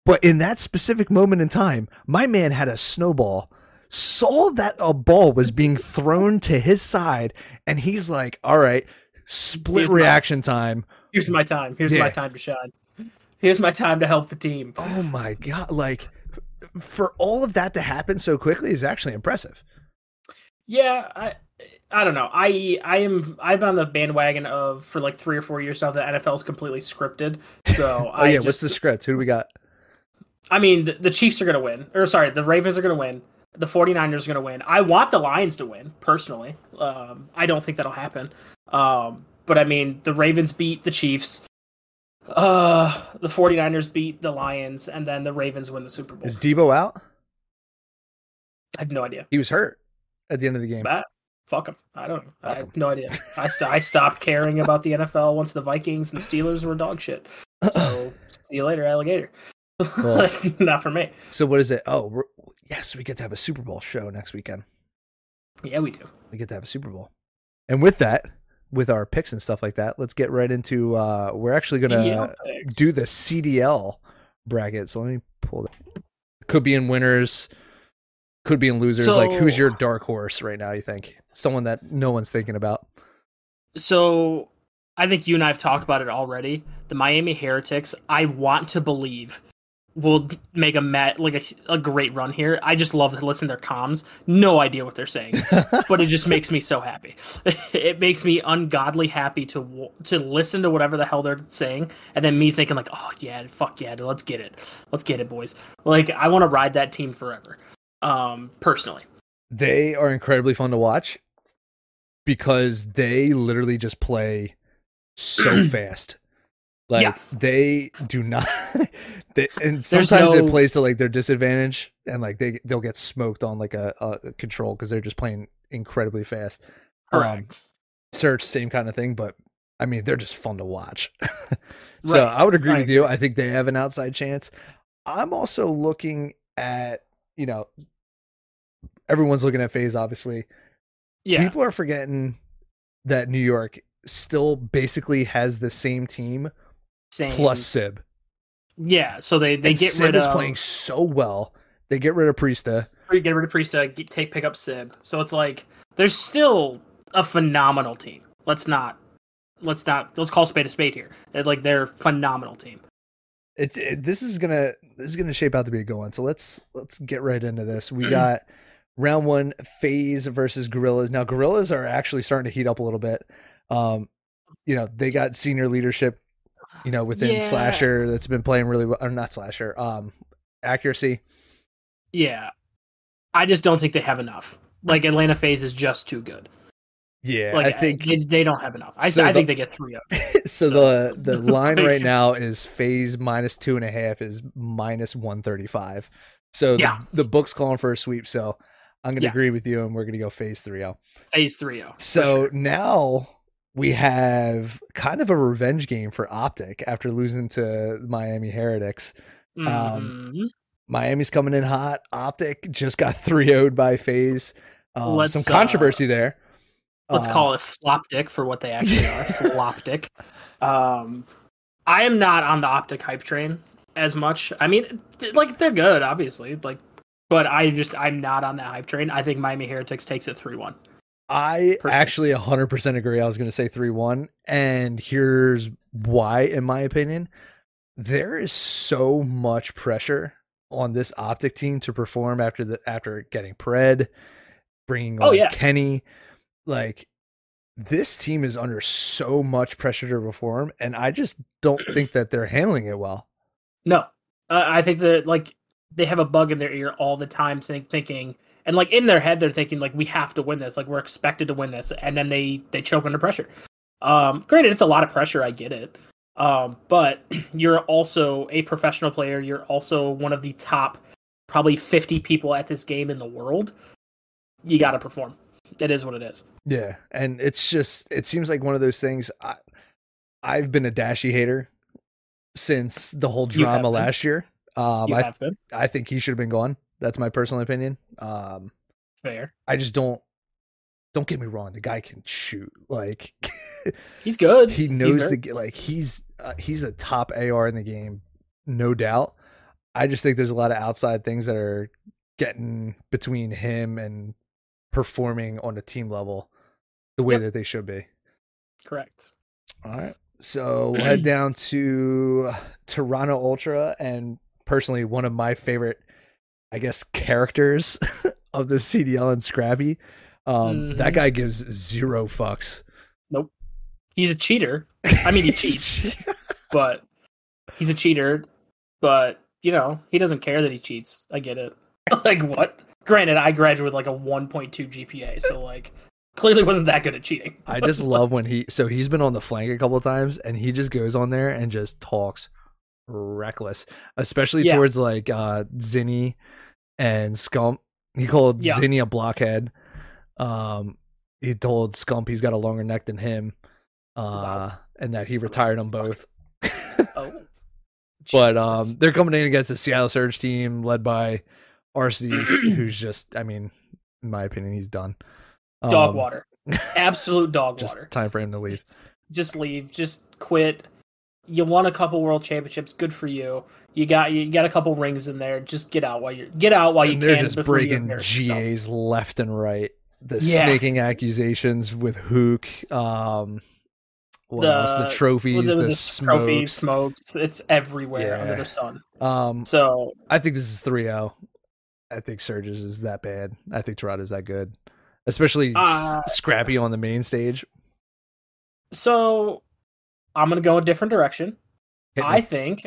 Speaker 2: But in that specific moment in time, my man had a snowball. Saw that a ball was being thrown to his side, and he's like, "All right, split
Speaker 1: Here's my-
Speaker 2: reaction time."
Speaker 1: Here's my time. Here's
Speaker 2: Yeah.
Speaker 1: my time to shine. Here's my time to help the team.
Speaker 2: Oh my god! Like for all of that to happen so quickly is actually impressive.
Speaker 1: Yeah, I I don't know. I I am I've been on the bandwagon of for like three or four years now the NFL is completely scripted. So
Speaker 2: Oh
Speaker 1: I
Speaker 2: yeah,
Speaker 1: just,
Speaker 2: what's the script? Who do we got?
Speaker 1: I mean, the, the Chiefs are going to win. Or, sorry, the Ravens are going to win. The 49ers are going to win. I want the Lions to win, personally. Um, I don't think that'll happen. Um, but, I mean, the Ravens beat the Chiefs. Uh, the 49ers beat the Lions, and then the Ravens win the Super Bowl.
Speaker 2: Is Debo out?
Speaker 1: I have no idea.
Speaker 2: He was hurt at the end of the game.
Speaker 1: But fuck them. I don't know. I
Speaker 2: Fuck 'em.
Speaker 1: have no idea. I, st- I stopped caring about the NFL once the Vikings and Steelers were dog shit. So, see you later, alligator.
Speaker 2: Cool.
Speaker 1: Like, not for me.
Speaker 2: So what is it? Oh, we're, yes, we get to have a Super Bowl show next weekend.
Speaker 1: Yeah, we do.
Speaker 2: We get to have a Super Bowl. And with that, with our picks and stuff like that, let's get right into. uh We're actually gonna
Speaker 1: CDL picks.
Speaker 2: do the CDL bracket. So let me pull that. Could be in winners, could be in losers. like who's
Speaker 1: So-
Speaker 2: your dark horse right now, you think? Someone that no one's thinking about.
Speaker 1: so I think you and I have talked about it already. The Miami Heretics, I want to believe, will make a mat, like a, a great run here. I just love to listen to their comms. No idea what they're saying, but it just makes me so happy. it makes me ungodly happy to w- to listen to whatever the hell they're saying, and then me thinking like, oh yeah, fuck yeah, let's get it, let's get it, boys. Like I want to ride that team forever. Um, personally,
Speaker 2: They are incredibly fun to watch because they literally just play so fast. Like
Speaker 1: Yeah.
Speaker 2: they do not they, and
Speaker 1: There's
Speaker 2: sometimes it
Speaker 1: no-
Speaker 2: plays to like their disadvantage and like they they'll get smoked on like a, a control because they're just playing incredibly fast. Um,
Speaker 1: correct.
Speaker 2: search same kind of thing but i mean they're just fun to watch
Speaker 1: Right.
Speaker 2: so i would agree
Speaker 1: I
Speaker 2: with you i think they have an outside chance i'm also looking at you know everyone's looking at phase obviously
Speaker 1: yeah,
Speaker 2: people are forgetting that new york still basically has the same team
Speaker 1: same.
Speaker 2: plus sib
Speaker 1: Yeah, so they they
Speaker 2: And
Speaker 1: get
Speaker 2: sib
Speaker 1: rid
Speaker 2: is
Speaker 1: of
Speaker 2: playing so well they get rid of priesta
Speaker 1: get rid of Priesta, get, take pick up Sib. So it's like there's still a phenomenal team. Let's not let's not let's call spade a spade here. They're, Like they're a phenomenal team.
Speaker 2: it, it- this is gonna this is gonna shape out to be a good one. So let's let's get right into this. We got round one phase versus gorillas. Now gorillas are actually starting to heat up a little bit. Um, you know they got senior leadership. You know within
Speaker 1: Yeah.
Speaker 2: slasher that's been playing really well, or not slasher. Um, accuracy.
Speaker 1: Yeah, I just don't think they have enough. Like Atlanta Phase is just too good.
Speaker 2: Yeah,
Speaker 1: Like
Speaker 2: I think
Speaker 1: they, they don't have enough. I,
Speaker 2: So
Speaker 1: I think
Speaker 2: the-
Speaker 1: they get three oh, up.
Speaker 2: so.
Speaker 1: so-
Speaker 2: The the line
Speaker 1: Like-
Speaker 2: right now is phase minus two and a half is minus one thirty five. So the,
Speaker 1: Yeah.
Speaker 2: the book's calling for a sweep. So I'm gonna
Speaker 1: Yeah.
Speaker 2: oh.
Speaker 1: oh,
Speaker 2: agree with you, and we're gonna go phase three out.
Speaker 1: Phase three zero.
Speaker 2: So now we have kind of a revenge game for Optic after losing to Miami Heretics.
Speaker 1: Mm-hmm.
Speaker 2: Um, Miami's coming in hot. Optic just got 3 0'd by Phase. Um,
Speaker 1: Let's, uh,
Speaker 2: some controversy there.
Speaker 1: let's
Speaker 2: Um,
Speaker 1: call it floptic for what they actually are floptic um i am not on the optic hype train as much i mean d- like they're good obviously like but i just i'm not on that hype train i think miami heretics takes it 3-1
Speaker 2: I
Speaker 1: Perfect.
Speaker 2: actually 100% agree. I was going to say 3 1. And here's why, in my opinion, there is so much pressure on this optic team to perform after the after getting pred bringing
Speaker 1: Oh,
Speaker 2: on
Speaker 1: yeah.
Speaker 2: kenny like this team is under so much pressure to perform and i just don't think that they're handling it well
Speaker 1: no uh, i think that like they have a bug in their ear all the time think, thinking and like in their head they're thinking like we have to win this like we're expected to win this and then they they choke under pressure Um, granted, it's a lot of pressure. I get it. Um, but you're also a professional player. You're also one of the top, probably 50 people at this game in the world. You got to perform. It is what it is.
Speaker 2: Yeah, and it's just it seems like one of those things. I, I've been a Dashi hater since the whole
Speaker 1: You have
Speaker 2: drama
Speaker 1: been.
Speaker 2: last year. Um,
Speaker 1: you
Speaker 2: I
Speaker 1: have been
Speaker 2: I think he should have been gone. That's my personal opinion. Um,
Speaker 1: fair.
Speaker 2: I just don't. Don't get me wrong. The guy can shoot. Like
Speaker 1: He's good.
Speaker 2: he knows
Speaker 1: very-
Speaker 2: the the like he's uh, he's a top AR in the game, no doubt. I just think there's a lot of outside things that are getting between him and performing on a team level the way
Speaker 1: Yep.
Speaker 2: that they should be.
Speaker 1: Correct.
Speaker 2: All right. So we'll head down to Toronto Ultra and personally one of my favorite, I guess, characters of the CDL and Scrappy. Um, That
Speaker 1: Mhm.
Speaker 2: guy gives zero fucks.
Speaker 1: He's a cheater. I mean, he cheats, but he's a cheater. But you know, he doesn't care that he cheats. I get it. like what? Granted, I graduated with like a 1.2 GPA, so like clearly wasn't that good at cheating.
Speaker 2: I just love when he. So he's been on the flank a couple of times, and he just goes on there and just talks reckless, especially
Speaker 1: Yeah.
Speaker 2: towards like uh Zinni and Scump. He called
Speaker 1: Yeah.
Speaker 2: Zinni a blockhead. Um, he told Scump he's got a longer neck than him, uh,
Speaker 1: Wow.
Speaker 2: and that he retired them both.
Speaker 1: Oh.
Speaker 2: But
Speaker 1: Jesus.
Speaker 2: um, they're coming in against the Seattle Surge team led by Arceus, who's just, I mean, in my opinion, he's done.
Speaker 1: dog
Speaker 2: Um,
Speaker 1: water, absolute dog
Speaker 2: Just
Speaker 1: water.
Speaker 2: time for him to leave.
Speaker 1: Just leave. Just quit. You won a couple world championships. Good for you. You got you got a couple rings in there. Just get out while you're get out while
Speaker 2: and
Speaker 1: you
Speaker 2: they're
Speaker 1: can.
Speaker 2: just
Speaker 1: before you
Speaker 2: breaking
Speaker 1: embarrass yourself.
Speaker 2: GAs left and right. The
Speaker 1: Yeah.
Speaker 2: snaking accusations with Hook, um, what
Speaker 1: The-
Speaker 2: else? The
Speaker 1: Well,
Speaker 2: trophies,
Speaker 1: there was
Speaker 2: the
Speaker 1: this trophy
Speaker 2: smokes.
Speaker 1: smokes. It's everywhere under
Speaker 2: Yeah.
Speaker 1: the sun.
Speaker 2: Um,
Speaker 1: So
Speaker 2: I think this is 3-0. I think Surges is that bad. I think Toronto's that good, especially s-
Speaker 1: Uh,
Speaker 2: Scrappy on the main stage.
Speaker 1: so I'm gonna go a different direction.
Speaker 2: Hit me.
Speaker 1: I think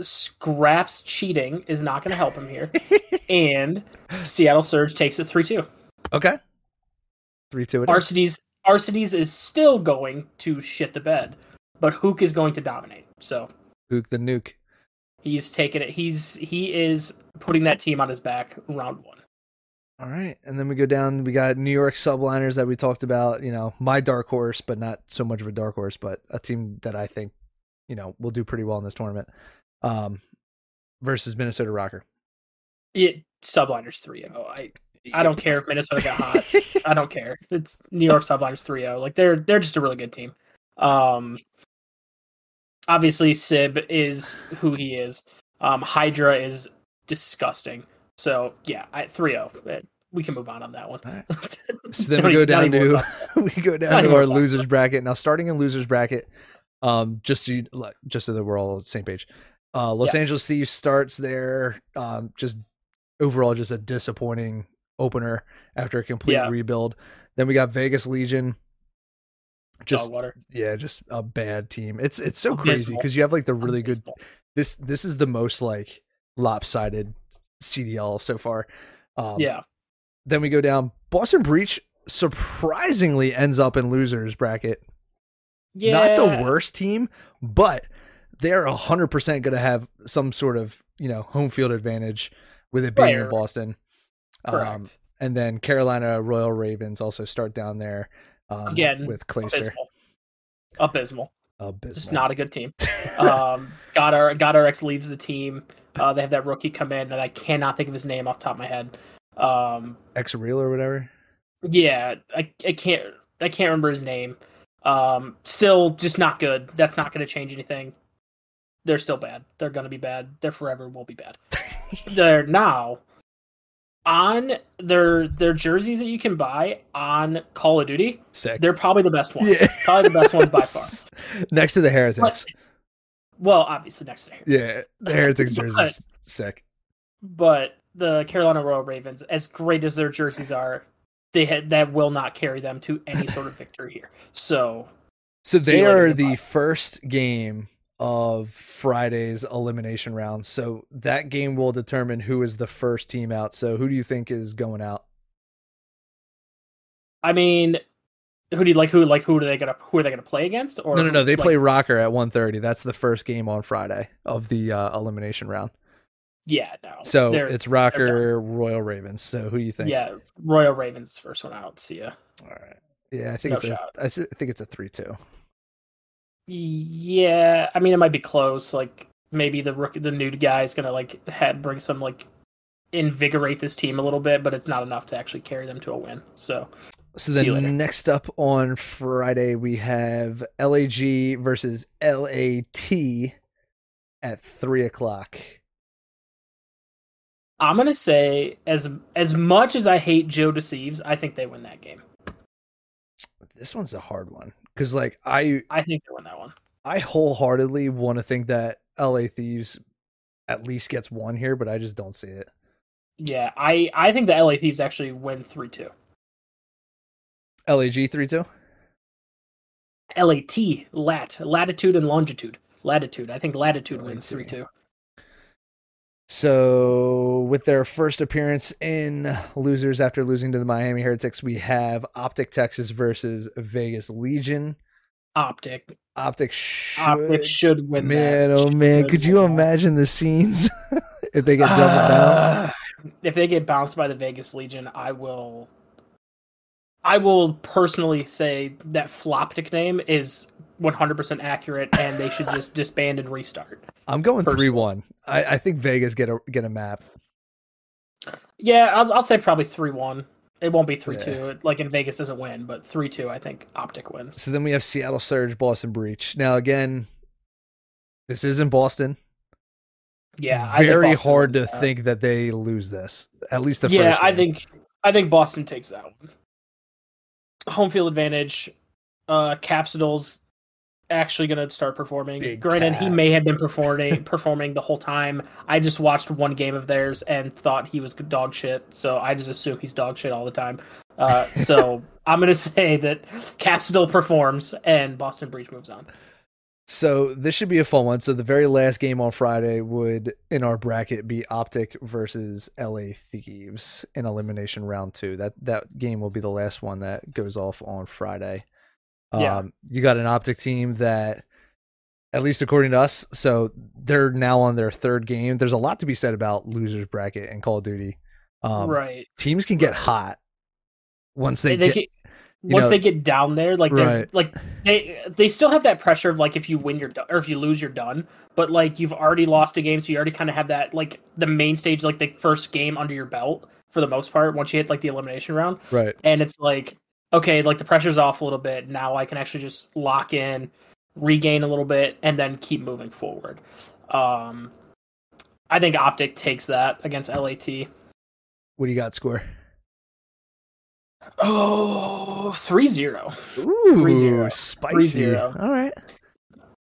Speaker 1: Scraps cheating is not gonna help him here, and Seattle Surge takes it three two.
Speaker 2: okay, three two it. is.
Speaker 1: Arcides Arcides is still going to shit the bed, but Hook is going to dominate. So
Speaker 2: Hook the nuke.
Speaker 1: he's taking it. He's he is putting that team on his back round one.
Speaker 2: All right, and then we go down. We got New York subliners that we talked about. You know, my dark horse, but not so much of a dark horse, but a team that I think, you know, will do pretty well in this tournament. Um, versus Minnesota Rocker.
Speaker 1: It subliners 3-0. I I don't care if Minnesota got hot. I don't care. It's New York Subliners 3-0. oh. Like they're they're just a really good team. Um obviously Sib is who he is. Um Hydra is disgusting. So yeah, I 3-0. Eh, We can move on on that one.
Speaker 2: All right. So then we go
Speaker 1: Not
Speaker 2: down
Speaker 1: even-
Speaker 2: to we go down
Speaker 1: Not
Speaker 2: to
Speaker 1: even
Speaker 2: our
Speaker 1: talking.
Speaker 2: losers bracket. Now, starting in losers bracket, um, just so you, like, just so that we're all on the same page. Uh, Los Angeles Thieves starts there. Um, just overall, just a disappointing opener after a complete
Speaker 1: Yeah.
Speaker 2: rebuild. Then we got Vegas Legion. Just
Speaker 1: Dog water.
Speaker 2: yeah, just a bad team. It's it's so crazy
Speaker 1: Abysmal.
Speaker 2: because you have like the really good
Speaker 1: Baseball.
Speaker 2: this this is the most like lopsided CDL so far. Um,
Speaker 1: yeah.
Speaker 2: then we go down. Boston Breach surprisingly ends up in losers bracket.
Speaker 1: Yeah.
Speaker 2: Not the worst team, but they're hundred percent going to have some sort of you know home field advantage with it being in
Speaker 1: Right.
Speaker 2: Boston. Um,
Speaker 1: Correct.
Speaker 2: and then Carolina Royal Ravens also start down there um,
Speaker 1: Again,
Speaker 2: with Clayster.
Speaker 1: Abysmal. abysmal.
Speaker 2: Abysmal.
Speaker 1: Just not a good team. Um, Goddard Goddardx leaves the team. Uh, they have that rookie come in, and I cannot think of his name off the top of my head. Um,
Speaker 2: X real or whatever.
Speaker 1: yeah, I, I can't I can't remember his name. Um, still just not good. That's not going to change anything. They're still bad. They're going to be bad. They're forever will be bad. They're now on their their jerseys that you can buy on Call of Duty.
Speaker 2: Sick.
Speaker 1: They're probably the best ones.
Speaker 2: Yeah.
Speaker 1: Probably the best ones by far.
Speaker 2: Next to the heretics.
Speaker 1: But- Well, obviously next to the Harry.
Speaker 2: yeah, the heretics jerseys. Sick.
Speaker 1: but the Carolina Royal Ravens, as great as their jerseys are, they had that will not carry them to any sort of victory here. So
Speaker 2: So
Speaker 1: See you
Speaker 2: they
Speaker 1: later,
Speaker 2: are the
Speaker 1: goodbye.
Speaker 2: first game of Friday's elimination round. So that game will determine who is the first team out. So who do you think is going out?
Speaker 1: I mean, who do you like? Who like who are they gonna who are they gonna play against? Or
Speaker 2: no, no, no. They
Speaker 1: like,
Speaker 2: play Rocker at 1:30. That's the first game on Friday of the uh, elimination round.
Speaker 1: Yeah, no.
Speaker 2: So
Speaker 1: Oh, They're-
Speaker 2: it's Rocker Royal Ravens. So who do you think?
Speaker 1: yeah, Royal Ravens first one out. See ya.
Speaker 2: All right. Yeah, I think
Speaker 1: No
Speaker 2: it's a,
Speaker 1: shot.
Speaker 2: I s- I think it's a three-two.
Speaker 1: Yeah, I mean it might be close. Like maybe the rookie, the new guy is gonna like ha- bring some like invigorate this team a little bit, but it's not enough to actually carry them to a win. So
Speaker 2: So
Speaker 1: See you later.
Speaker 2: then next up on Friday we have LAG versus LAT at three o'clock.
Speaker 1: I'm gonna say as as much as I hate Joe Deceives, I think they win that game.
Speaker 2: This one's a hard one because like I
Speaker 1: I think they win that one.
Speaker 2: I wholeheartedly want to think that LA Thieves at least gets one here, but I just don't see it.
Speaker 1: Yeah, I I think the LA Thieves actually win three two.
Speaker 2: LAG three two.
Speaker 1: LAT lat latitude and longitude latitude. I think latitude wins three
Speaker 2: Latitude.
Speaker 1: two.
Speaker 2: So, with their first appearance in losers after losing to the Miami Heretics, we have Optic Texas versus Vegas Legion.
Speaker 1: Optic
Speaker 2: Optic, should,
Speaker 1: Optic should win.
Speaker 2: man,
Speaker 1: that.
Speaker 2: oh man,
Speaker 1: Should
Speaker 2: could
Speaker 1: win
Speaker 2: you
Speaker 1: that.
Speaker 2: imagine the scenes if they get double bounced?
Speaker 1: Ah, If they get bounced by the Vegas Legion, I will. I will personally say that Floptic name is 100% accurate, and they should just disband and restart.
Speaker 2: I'm going
Speaker 1: Personally.
Speaker 2: three one. I, I think Vegas get a get a map.
Speaker 1: Yeah, I'll, I'll say probably 3 1. It won't be 3
Speaker 2: Yeah.
Speaker 1: 2. Like, in Vegas doesn't win, but 3 2, I think Optic wins.
Speaker 2: So then we have Seattle Surge, Boston Breach. Now again, this isn't Boston.
Speaker 1: Yeah. I think
Speaker 2: very
Speaker 1: Boston
Speaker 2: hard to
Speaker 1: wins that.
Speaker 2: think that they lose this. At least the
Speaker 1: yeah,
Speaker 2: first.
Speaker 1: I
Speaker 2: game.
Speaker 1: think I think Boston takes that one. Home field advantage. Uh Capsidol's actually going to start performing.
Speaker 2: Big
Speaker 1: Granted, he
Speaker 2: Cap.
Speaker 1: may have been performing performing the whole time. I just watched one game of theirs and thought he was dog shit, so I just assume he's dog shit all the time. Uh, so I'm going to say that Capsidol performs and Boston Breach moves on.
Speaker 2: So this should be a fun one. So the very last game on Friday would, in our bracket, be Optic versus LA Thieves in elimination round two. That that game will be the last one that goes off on Friday. Um,
Speaker 1: Yeah.
Speaker 2: You got an Optic team that, at least according to us, so they're now on their third game. There's a lot to be said about losers bracket and Call of Duty. Um,
Speaker 1: right.
Speaker 2: Teams can get hot once they,
Speaker 1: they,
Speaker 2: get,
Speaker 1: get,
Speaker 2: you
Speaker 1: once
Speaker 2: know-
Speaker 1: they get down there, like they
Speaker 2: Right.
Speaker 1: like they they still have that pressure of like if you win you're done or if you lose you're done. But like you've already lost a game, so you already kind of have that like the main stage, like the first game under your belt for the most part. Once you hit like the elimination round,
Speaker 2: right.
Speaker 1: and it's like okay, like the pressure's off a little bit. Now I can actually just lock in, regain a little bit, and then keep moving forward. Um, I think Optic takes that against LAT.
Speaker 2: What do you got? Score.
Speaker 1: Oh, 3 0.
Speaker 2: Ooh,
Speaker 1: 3-0.
Speaker 2: spicy.
Speaker 1: 3-0.
Speaker 2: All right.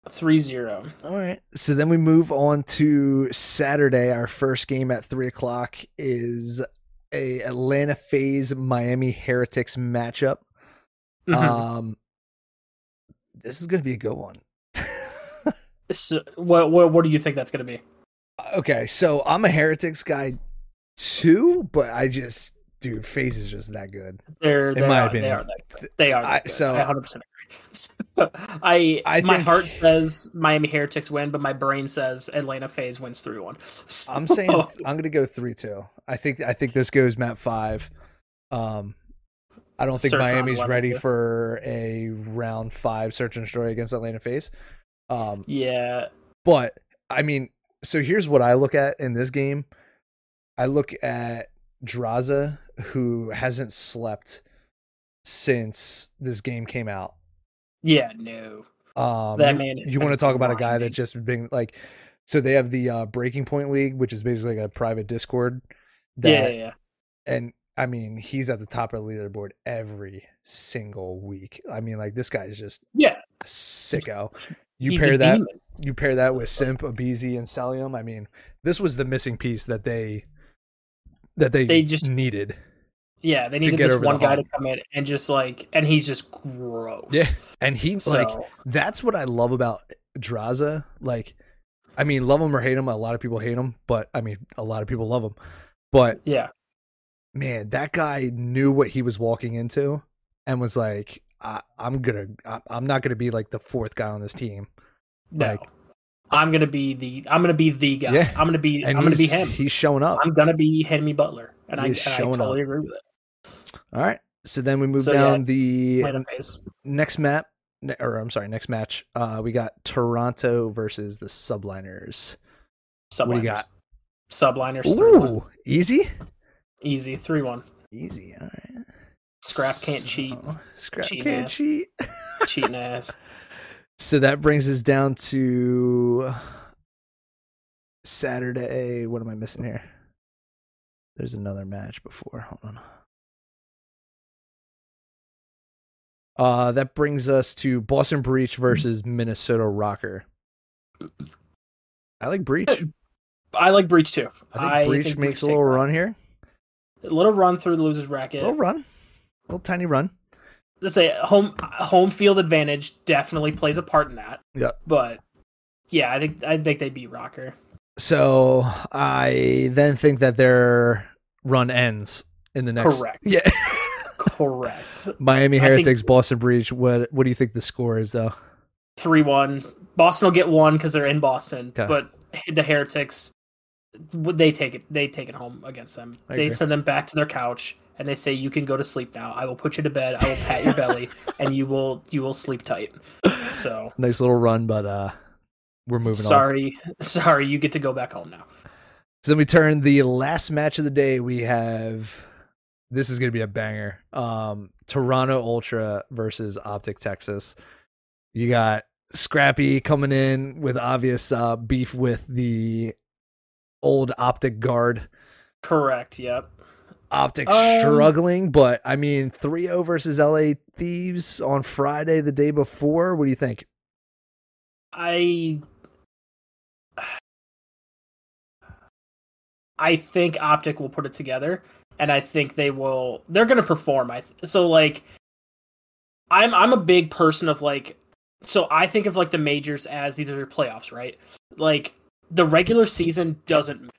Speaker 1: 3 0.
Speaker 2: All right. So then we move on to Saturday. Our first game at three o'clock is a Atlanta Phase Miami Heretics matchup.
Speaker 1: Mm-hmm.
Speaker 2: Um, this is going to be a good one.
Speaker 1: So, what what what do you think that's going to be?
Speaker 2: okay, so I'm a Heretics guy too, but I just dude, Phase is just that good.
Speaker 1: They're, they
Speaker 2: my
Speaker 1: are,
Speaker 2: opinion.
Speaker 1: they are that good. they are.
Speaker 2: I-
Speaker 1: That good.
Speaker 2: so-
Speaker 1: I 100 percent agree. I,
Speaker 2: I
Speaker 1: my
Speaker 2: think-
Speaker 1: heart says Miami Heretics win, but my brain says Atlanta Phase wins three one.
Speaker 2: I'm saying I'm going to go three two. I think I think this goes map five. Um, I don't think
Speaker 1: Search and
Speaker 2: Miami's
Speaker 1: Weapons,
Speaker 2: ready
Speaker 1: yeah.
Speaker 2: for a round five search and destroy against Atlanta Face. Um,
Speaker 1: Yeah,
Speaker 2: but I mean, so here's what I look at in this game. I look at Draza, who hasn't slept since this game came out.
Speaker 1: yeah, no.
Speaker 2: Um,
Speaker 1: That
Speaker 2: you-
Speaker 1: man has
Speaker 2: you want to
Speaker 1: been
Speaker 2: talk about a guy
Speaker 1: grinding.
Speaker 2: that's just been like, so they have the uh, Breaking Point League, which is basically like a private Discord. That,
Speaker 1: yeah, yeah, yeah.
Speaker 2: and I mean, he's at the top of the leaderboard every single week. I mean, like this guy is just
Speaker 1: yeah.
Speaker 2: sicko. You
Speaker 1: he's a
Speaker 2: pair that
Speaker 1: demon.
Speaker 2: you pair that with Simp, Abizi, and Salium. I mean, this was the missing piece that they that they,
Speaker 1: They just-
Speaker 2: needed.
Speaker 1: Yeah, they needed
Speaker 2: get
Speaker 1: this
Speaker 2: over the
Speaker 1: one guy to
Speaker 2: hump.
Speaker 1: come in and just like, and he's just gross.
Speaker 2: Yeah, and he
Speaker 1: so
Speaker 2: like that's what I love about Draza. Like, I mean, love him or hate him, a lot of people hate him, but I mean, a lot of people love him. But
Speaker 1: yeah,
Speaker 2: man, that guy knew what he was walking into, and was like, I, "I'm gonna, I, I'm not gonna be like the fourth guy on this team."
Speaker 1: no.
Speaker 2: like-
Speaker 1: I'm gonna be the I'm gonna be the guy.
Speaker 2: Yeah.
Speaker 1: I'm gonna be
Speaker 2: And
Speaker 1: I'm gonna be
Speaker 2: he's-
Speaker 1: him.
Speaker 2: He's showing up.
Speaker 1: I'm gonna be Henry Butler, and I, and
Speaker 2: He's
Speaker 1: I
Speaker 2: showing up.
Speaker 1: totally agree with it.
Speaker 2: All right. So then we move
Speaker 1: So, yeah,
Speaker 2: down the
Speaker 1: Atlanta face.
Speaker 2: next map ne- or I'm sorry, next match, uh we got Toronto versus the Subliners.
Speaker 1: Subliners.
Speaker 2: What do you got?
Speaker 1: Subliners three one
Speaker 2: Ooh, easy?
Speaker 1: easy three one.
Speaker 2: Easy. All right.
Speaker 1: Scrap can't cheat,
Speaker 2: So- Scrap
Speaker 1: Cheating
Speaker 2: can't
Speaker 1: ass.
Speaker 2: cheat.
Speaker 1: cheating ass.
Speaker 2: So that brings us down to Saturday. What am I missing here? There's another match before. Hold on. Uh, that brings us to Boston Breach
Speaker 1: Hmm.
Speaker 2: versus Minnesota Rocker. I like Breach.
Speaker 1: I like Breach too.
Speaker 2: I think Breach makes a
Speaker 1: takes
Speaker 2: little
Speaker 1: that.
Speaker 2: run here.
Speaker 1: A little run through the losers bracket.
Speaker 2: Little run. Little tiny run.
Speaker 1: Let's say home home field advantage definitely plays a part in that.
Speaker 2: Yeah.
Speaker 1: But yeah, I think I think they beat Rocker.
Speaker 2: So I then think that their run ends in the next.
Speaker 1: Correct.
Speaker 2: Yeah.
Speaker 1: Correct.
Speaker 2: Miami
Speaker 1: I think-
Speaker 2: Heretics, Boston Breach. What what do you think the score is though?
Speaker 1: Three one. Boston will get one because they're in Boston.
Speaker 2: Okay.
Speaker 1: But the Heretics, w- they take it. They take it home against them.
Speaker 2: I
Speaker 1: they
Speaker 2: agree.
Speaker 1: send them back to their couch and they say, "You can go to sleep now. I will put you to bed. I will pat your belly, and you will you will sleep tight." So
Speaker 2: Nice little run, but uh we're moving on.
Speaker 1: sorry, sorry, you get to go back home now.
Speaker 2: So then we turn the last match of the day. We have this is gonna be a banger. Um Toronto Ultra versus Optic Texas. You got Scrappy coming in with obvious uh beef with the old optic guard.
Speaker 1: Correct. Yep.
Speaker 2: Optic
Speaker 1: Um,
Speaker 2: struggling, but I mean 3-0 versus LA Thieves on Friday the day before. What do you think?
Speaker 1: I I think Optic will put it together and I think they will they're going to perform. I th- so like I'm I'm a big person of like so I think of like the majors as these are your playoffs, right? Like the regular season doesn't matter.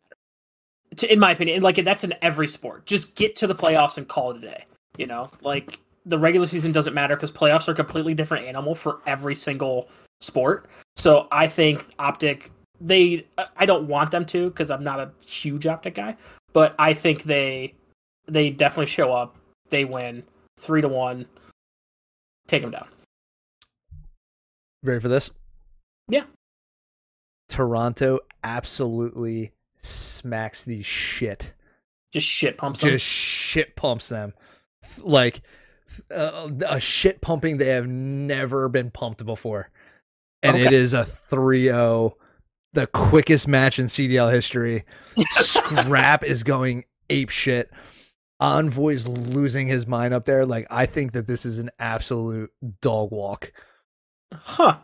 Speaker 1: To, in my opinion, like that's in every sport. Just get to the playoffs and call it a day, you know? Like the regular season doesn't matter cuz playoffs are a completely different animal for every single sport. So I think Optic they I don't want them to because I'm not a huge Optic guy, but I think they they definitely show up. They win three to one. Take them down.
Speaker 2: Ready for this?
Speaker 1: Yeah.
Speaker 2: Toronto absolutely smacks the shit.
Speaker 1: Just shit pumps them.
Speaker 2: Just shit pumps them. Like uh, a shit pumping they have never been pumped before. And it
Speaker 1: Okay.
Speaker 2: is a 3 0, the quickest match in CDL history. Scrap is going ape shit. Envoy's losing his mind up there. Like, I think that this is an absolute dog walk.
Speaker 1: Huh.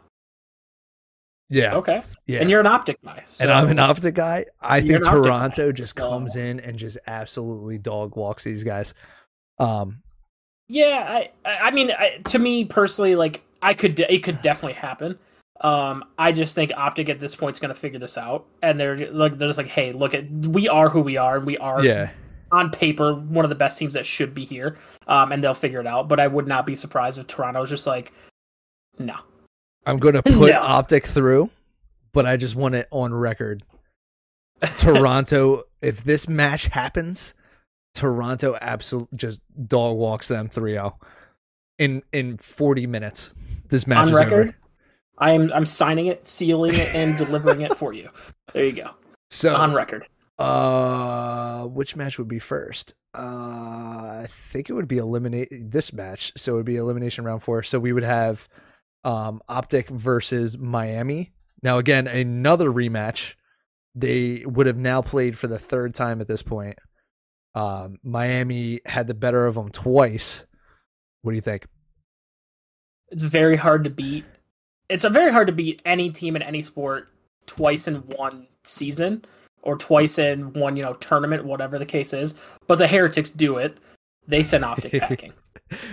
Speaker 2: Yeah.
Speaker 1: Okay.
Speaker 2: Yeah.
Speaker 1: And you're an Optic guy. So
Speaker 2: and I'm an optic guy. I
Speaker 1: You're
Speaker 2: think
Speaker 1: an optic guy,
Speaker 2: Toronto just
Speaker 1: so-
Speaker 2: comes in and just absolutely dog walks these guys. Um,
Speaker 1: Yeah, I I I mean, I, to me personally, like I could de- it could definitely happen. Um, I just think Optic at this point's going to figure this out, and they're like they're just like, hey, look at we are who we are, and we are
Speaker 2: yeah,
Speaker 1: on paper one of the best teams that should be here, um, and they'll figure it out. But I would not be surprised if Toronto's just like, no,
Speaker 2: I'm going to put
Speaker 1: No.
Speaker 2: optic through, but I just want it on record. Toronto, if this match happens, Toronto absolutely just dog walks them 3-0 in in 40 minutes. This match
Speaker 1: on
Speaker 2: is
Speaker 1: record.
Speaker 2: over.
Speaker 1: I'm I'm signing it, sealing it, and delivering it for you. There you go.
Speaker 2: So
Speaker 1: On record.
Speaker 2: Uh, which match would be first? Uh, I think it would be eliminate this match, so it would be elimination round four. So we would have, um, Optic versus Miami. Now again, another rematch. They would have now played for the third time at this point. Um, Miami had the better of them twice. What do you think?
Speaker 1: It's very hard to beat. It's a very hard to beat any team in any sport twice in one season or twice in one, you know, tournament, whatever the case is. But the heretics do it. They send optic packing.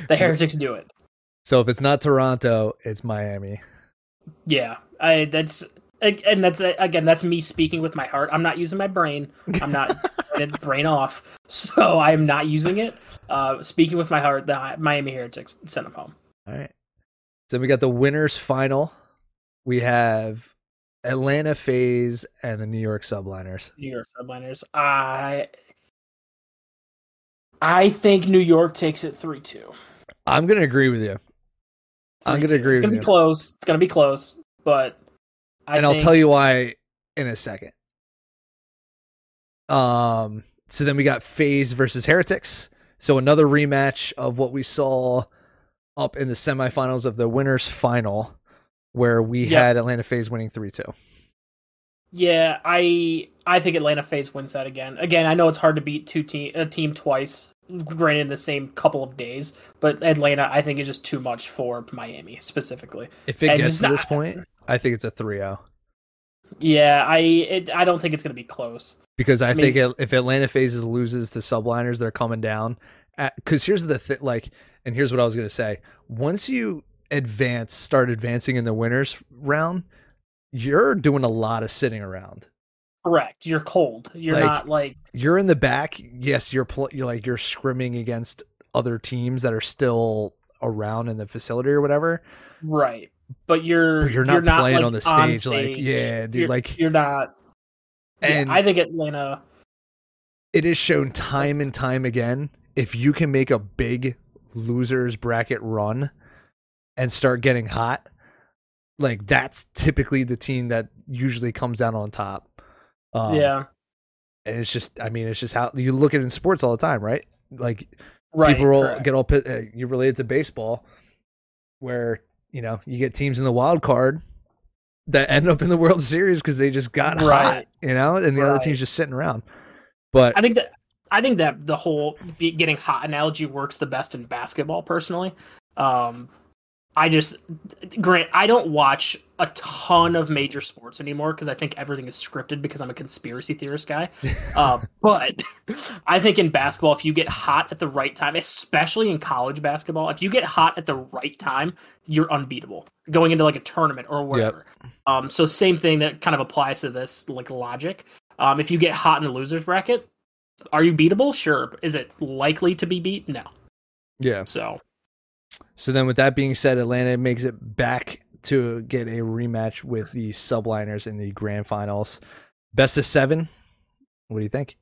Speaker 1: The heretics do it.
Speaker 2: So if it's not Toronto, it's Miami.
Speaker 1: Yeah, I that's and that's uh, again that's me speaking with my heart. I'm not using my brain. I'm not that brain off, so I'm not using it. Uh, speaking with my heart, the Miami Heretics sent them home.
Speaker 2: All right. Then we got the winners final. We have Atlanta Phase and the New York Subliners.
Speaker 1: New York Subliners. I I think New York takes it three two.
Speaker 2: I'm gonna agree with you, I'm gonna agree
Speaker 1: It's
Speaker 2: with
Speaker 1: gonna
Speaker 2: you.
Speaker 1: be close. It's gonna be close, but I
Speaker 2: and I'll
Speaker 1: think-
Speaker 2: tell you why in a second. Um. So then we got Phase versus Heretics. So another rematch of what we saw up in the semifinals of the winners final, where we
Speaker 1: Yeah.
Speaker 2: had Atlanta Phase winning three two.
Speaker 1: Yeah, I I think Atlanta Phase wins that again. Again, I know it's hard to beat two team a team twice, granted in the same couple of days, but Atlanta I think is just too much for Miami specifically.
Speaker 2: If it
Speaker 1: And
Speaker 2: gets
Speaker 1: just
Speaker 2: to
Speaker 1: not-
Speaker 2: this point, I think it's a oh. 3-0.
Speaker 1: Yeah, I it, I don't think it's gonna be close.
Speaker 2: because I
Speaker 1: I mean,
Speaker 2: think it, if Atlanta phases loses to subliners, they're coming down. Because here's the thing, like, and here's what I was gonna say: once you advance, start advancing in the winners round, you're doing a lot of sitting around.
Speaker 1: Correct. You're cold. You're
Speaker 2: Like-
Speaker 1: not like
Speaker 2: You're in the back. Yes, you're pl- you're like you're scrimming against other teams that are still around in the facility or whatever.
Speaker 1: right, but you're
Speaker 2: But you're not playing
Speaker 1: like,
Speaker 2: on the stage, like, yeah, dude,
Speaker 1: You're-
Speaker 2: like-
Speaker 1: you're not.
Speaker 2: And
Speaker 1: And I think Atlanta.
Speaker 2: it is shown time and time again if you can make a big losers bracket run and start getting hot like that's typically the team that usually comes out on top um,
Speaker 1: yeah,
Speaker 2: and it's just i mean it's just how you look at it in sports all the time right like
Speaker 1: right.
Speaker 2: people all,
Speaker 1: correct.
Speaker 2: get all pi- uh, you relate it to baseball where you know you get teams in the wild card that end up in the world series because they just got hot
Speaker 1: Right.
Speaker 2: you know and the other
Speaker 1: Right.
Speaker 2: team's just sitting around but
Speaker 1: I think that I think that the whole be- getting hot analogy works the best in basketball. Personally, um, I just grant I don't watch a ton of major sports anymore because I think everything is scripted because I'm a conspiracy theorist guy. Uh, but I think in basketball, if you get hot at the right time, especially in college basketball, if you get hot at the right time, you're unbeatable going into like a tournament or whatever. Um, so same thing that kind of applies to this like logic. Um, if you get hot in the losers bracket, are you beatable? Sure. Is it likely to be beat? No.
Speaker 2: yeah
Speaker 1: So
Speaker 2: So then, with that being said, Atlanta makes it back to get a rematch with the Subliners in the grand finals. Best of seven. What do you think?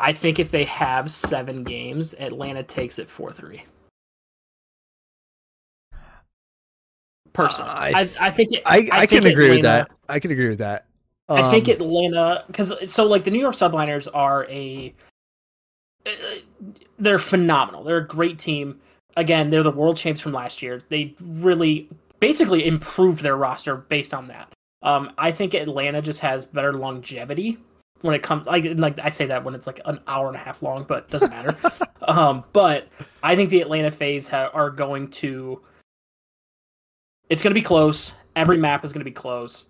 Speaker 1: I think if they have seven games, Atlanta takes it four three. Personally,
Speaker 2: Uh, I
Speaker 1: I, I,
Speaker 2: th-
Speaker 1: think it,
Speaker 2: I, I,
Speaker 1: think
Speaker 2: can agree with
Speaker 1: Atlanta-
Speaker 2: that. I can agree with that.
Speaker 1: I think
Speaker 2: Um,
Speaker 1: Atlanta because so like the New York Subliners are a uh, they're phenomenal. They're a great team. Again, they're the world champs from last year. They really basically improved their roster based on that. Um, I think Atlanta just has better longevity when it comes. Like, like I say that when it's like an hour and a half long, but it doesn't matter. um, but I think the Atlanta Phase ha- are going to. It's going to be close. Every map is going to be close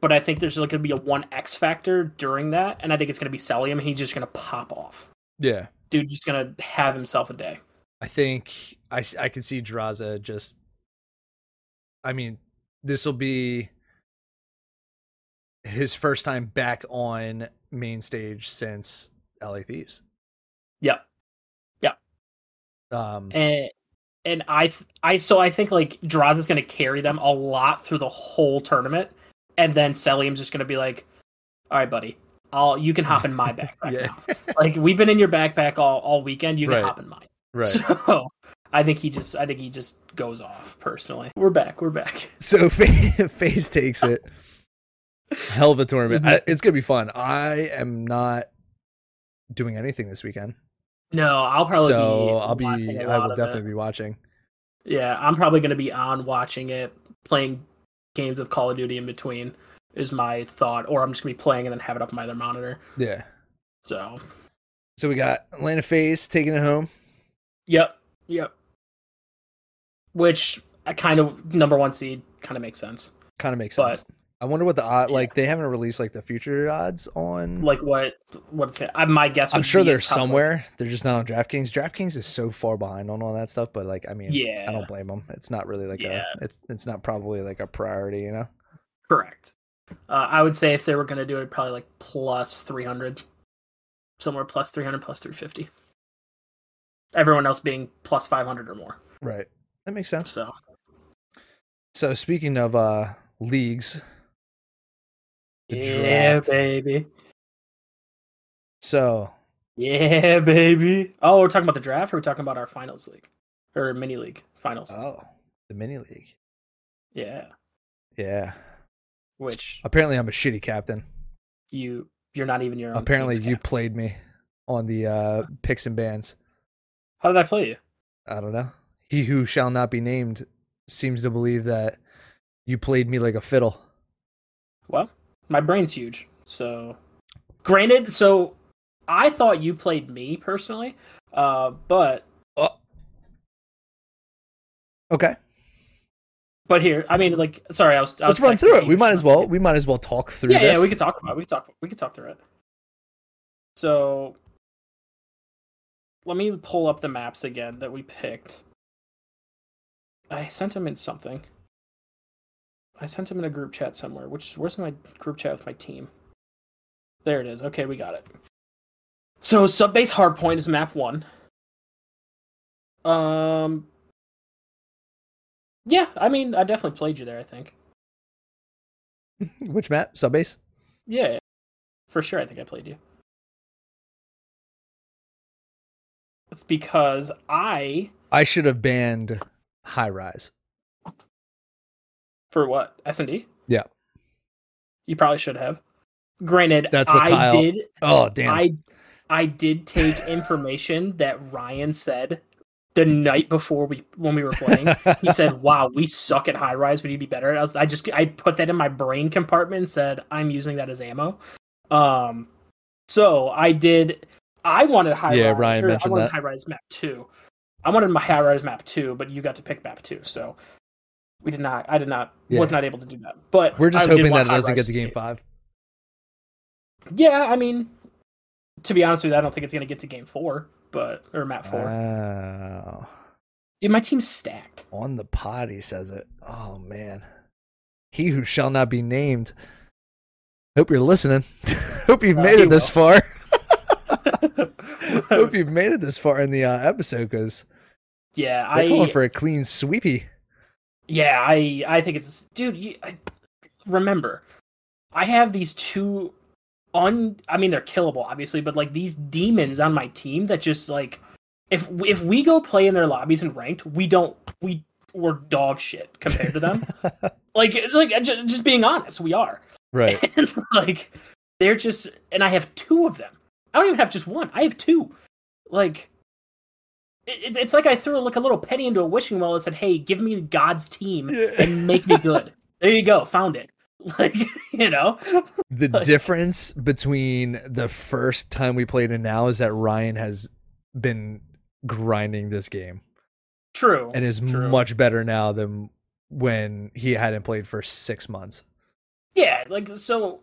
Speaker 1: but I think there's like going to be a one X factor during that, and I think it's going to be Celium, and he's just going to pop off.
Speaker 2: Yeah,
Speaker 1: Dude's just going to have himself a day.
Speaker 2: I think I I can see Draza just. I mean, this will be his first time back on main stage since LA Thieves.
Speaker 1: Yep. Yep.
Speaker 2: Um,
Speaker 1: And and I th- I so I think like Drazen's going to carry them a lot through the whole tournament, and then Celium's just going to be like, all right, buddy, I'll you can hop in my backpack
Speaker 2: Yeah.
Speaker 1: now. Like we've been in your backpack all all weekend. You can
Speaker 2: Right.
Speaker 1: hop in mine.
Speaker 2: Right.
Speaker 1: So I think he just I think he just goes off personally. We're back. We're back.
Speaker 2: So Fa- FaZe takes it. Hell of a tournament. I, it's going to be fun. I am not doing anything this weekend.
Speaker 1: No, I'll probably be
Speaker 2: so I'll be,
Speaker 1: watching a
Speaker 2: I
Speaker 1: lot of
Speaker 2: will
Speaker 1: it.
Speaker 2: definitely be watching.
Speaker 1: Yeah, I'm probably going to be on watching it, playing games of Call of Duty in between is my thought, or I'm just going to be playing and then have it up on my other monitor.
Speaker 2: Yeah.
Speaker 1: So,
Speaker 2: So we got Atlanta FaZe taking it home.
Speaker 1: yep, yep. Which I kind of number one seed kind of makes sense.
Speaker 2: Kind of makes
Speaker 1: But-
Speaker 2: sense. I wonder what the odd, like, they haven't released, like, the future odds on.
Speaker 1: Like what what it's gonna, I, my guess.
Speaker 2: I'm
Speaker 1: would
Speaker 2: sure
Speaker 1: be
Speaker 2: they're
Speaker 1: it's probably-
Speaker 2: somewhere. They're just not on DraftKings. DraftKings is so far behind on all that stuff, but, like, I mean,
Speaker 1: Yeah,
Speaker 2: I don't blame them. It's not really like
Speaker 1: Yeah.
Speaker 2: a, it's, it's not probably like a priority, you know?
Speaker 1: correct. Uh, I would say if they were going to do it, probably like plus 300, somewhere plus 300, plus 350. Everyone else being plus 500 or more.
Speaker 2: Right. That makes sense.
Speaker 1: So.
Speaker 2: So speaking of uh leagues, the
Speaker 1: yeah,
Speaker 2: draft.
Speaker 1: baby.
Speaker 2: So
Speaker 1: Yeah, baby. Oh, we're talking about the draft, or we're talking about our finals league or mini league finals.
Speaker 2: oh, the mini league.
Speaker 1: yeah,
Speaker 2: Yeah.
Speaker 1: which
Speaker 2: Apparently, I'm a shitty captain.
Speaker 1: you you're not even your own.
Speaker 2: Apparently,
Speaker 1: team's
Speaker 2: you
Speaker 1: captain.
Speaker 2: played me on the uh picks and bans.
Speaker 1: How did I play you?
Speaker 2: I don't know. He who shall not be named seems to believe that you played me like a fiddle.
Speaker 1: Well, my brain's huge. So, granted, so I thought you played me personally, uh, but
Speaker 2: Oh. Okay,
Speaker 1: but here, I mean, like, sorry, I was. I
Speaker 2: let's
Speaker 1: was
Speaker 2: run
Speaker 1: texting
Speaker 2: through it.
Speaker 1: you
Speaker 2: We
Speaker 1: or
Speaker 2: might as
Speaker 1: something.
Speaker 2: well. We might as well talk through
Speaker 1: Yeah,
Speaker 2: this.
Speaker 1: yeah, we could talk about. It. We could talk. We could talk through it. So, let me pull up the maps again that we picked. I sent him in something. I sent him in a group chat somewhere. Which where's my group chat with my team? There it is. Okay, we got it. So subbase hardpoint is map one. Um. Yeah, I mean, I definitely played you there. I think.
Speaker 2: Which map? Subbase.
Speaker 1: Yeah, yeah. for sure. I think I played you. It's because I
Speaker 2: I should have banned high rise.
Speaker 1: for what S and D.
Speaker 2: Yeah.
Speaker 1: you probably should have. Granted,
Speaker 2: That's what
Speaker 1: I
Speaker 2: Kyle-
Speaker 1: did.
Speaker 2: Oh damn!
Speaker 1: I I did take information that Ryan said the night before we when we were playing. He said, "Wow, we suck at high rise. Would you be better?" I was, I just I put that in my brain compartment and said, "I'm using that as ammo." Um, so I did. I wanted high.
Speaker 2: Yeah,
Speaker 1: rise,
Speaker 2: Ryan
Speaker 1: or I
Speaker 2: mentioned
Speaker 1: wanted
Speaker 2: that.
Speaker 1: high rise map two. I wanted my high rise map two, but you got to pick map two, so we did not. I did not. Was
Speaker 2: Yeah.
Speaker 1: not able to do that. But
Speaker 2: We're just
Speaker 1: I did
Speaker 2: hoping that
Speaker 1: want
Speaker 2: it
Speaker 1: high
Speaker 2: doesn't
Speaker 1: rise
Speaker 2: get to game
Speaker 1: case.
Speaker 2: five.
Speaker 1: Yeah, I mean, to be honest with you, I don't think it's going to get to game four, but or map
Speaker 2: Uh.
Speaker 1: four.
Speaker 2: Wow.
Speaker 1: Dude, my team's stacked.
Speaker 2: Uh, On the pod, he says it. Oh, man. He who shall not be named. Hope you're listening. Hope you've
Speaker 1: Uh,
Speaker 2: made
Speaker 1: he
Speaker 2: it this far. Hope
Speaker 1: yeah,
Speaker 2: you've made it this far in the uh, episode because they're
Speaker 1: I
Speaker 2: calling for a clean sweepy.
Speaker 1: yeah, I I think it's dude. You, I, remember, I have these two un. I mean, they're killable, obviously, but like these demons on my team that just like if if we go play in their lobbies and ranked, we don't we we're dog shit compared to them. like like just, just being honest, we are.
Speaker 2: Right.
Speaker 1: and like they're just and i have two of them i don't even have just one i have two like it, it- it's like i threw like a little penny into a wishing well and said hey give me god's team and make me good there you go found it like you know
Speaker 2: the
Speaker 1: Like-
Speaker 2: difference between the first time we played and now is that Ryan has been grinding this game
Speaker 1: true
Speaker 2: and is
Speaker 1: True.
Speaker 2: much better now than when he hadn't played for six months.
Speaker 1: yeah like so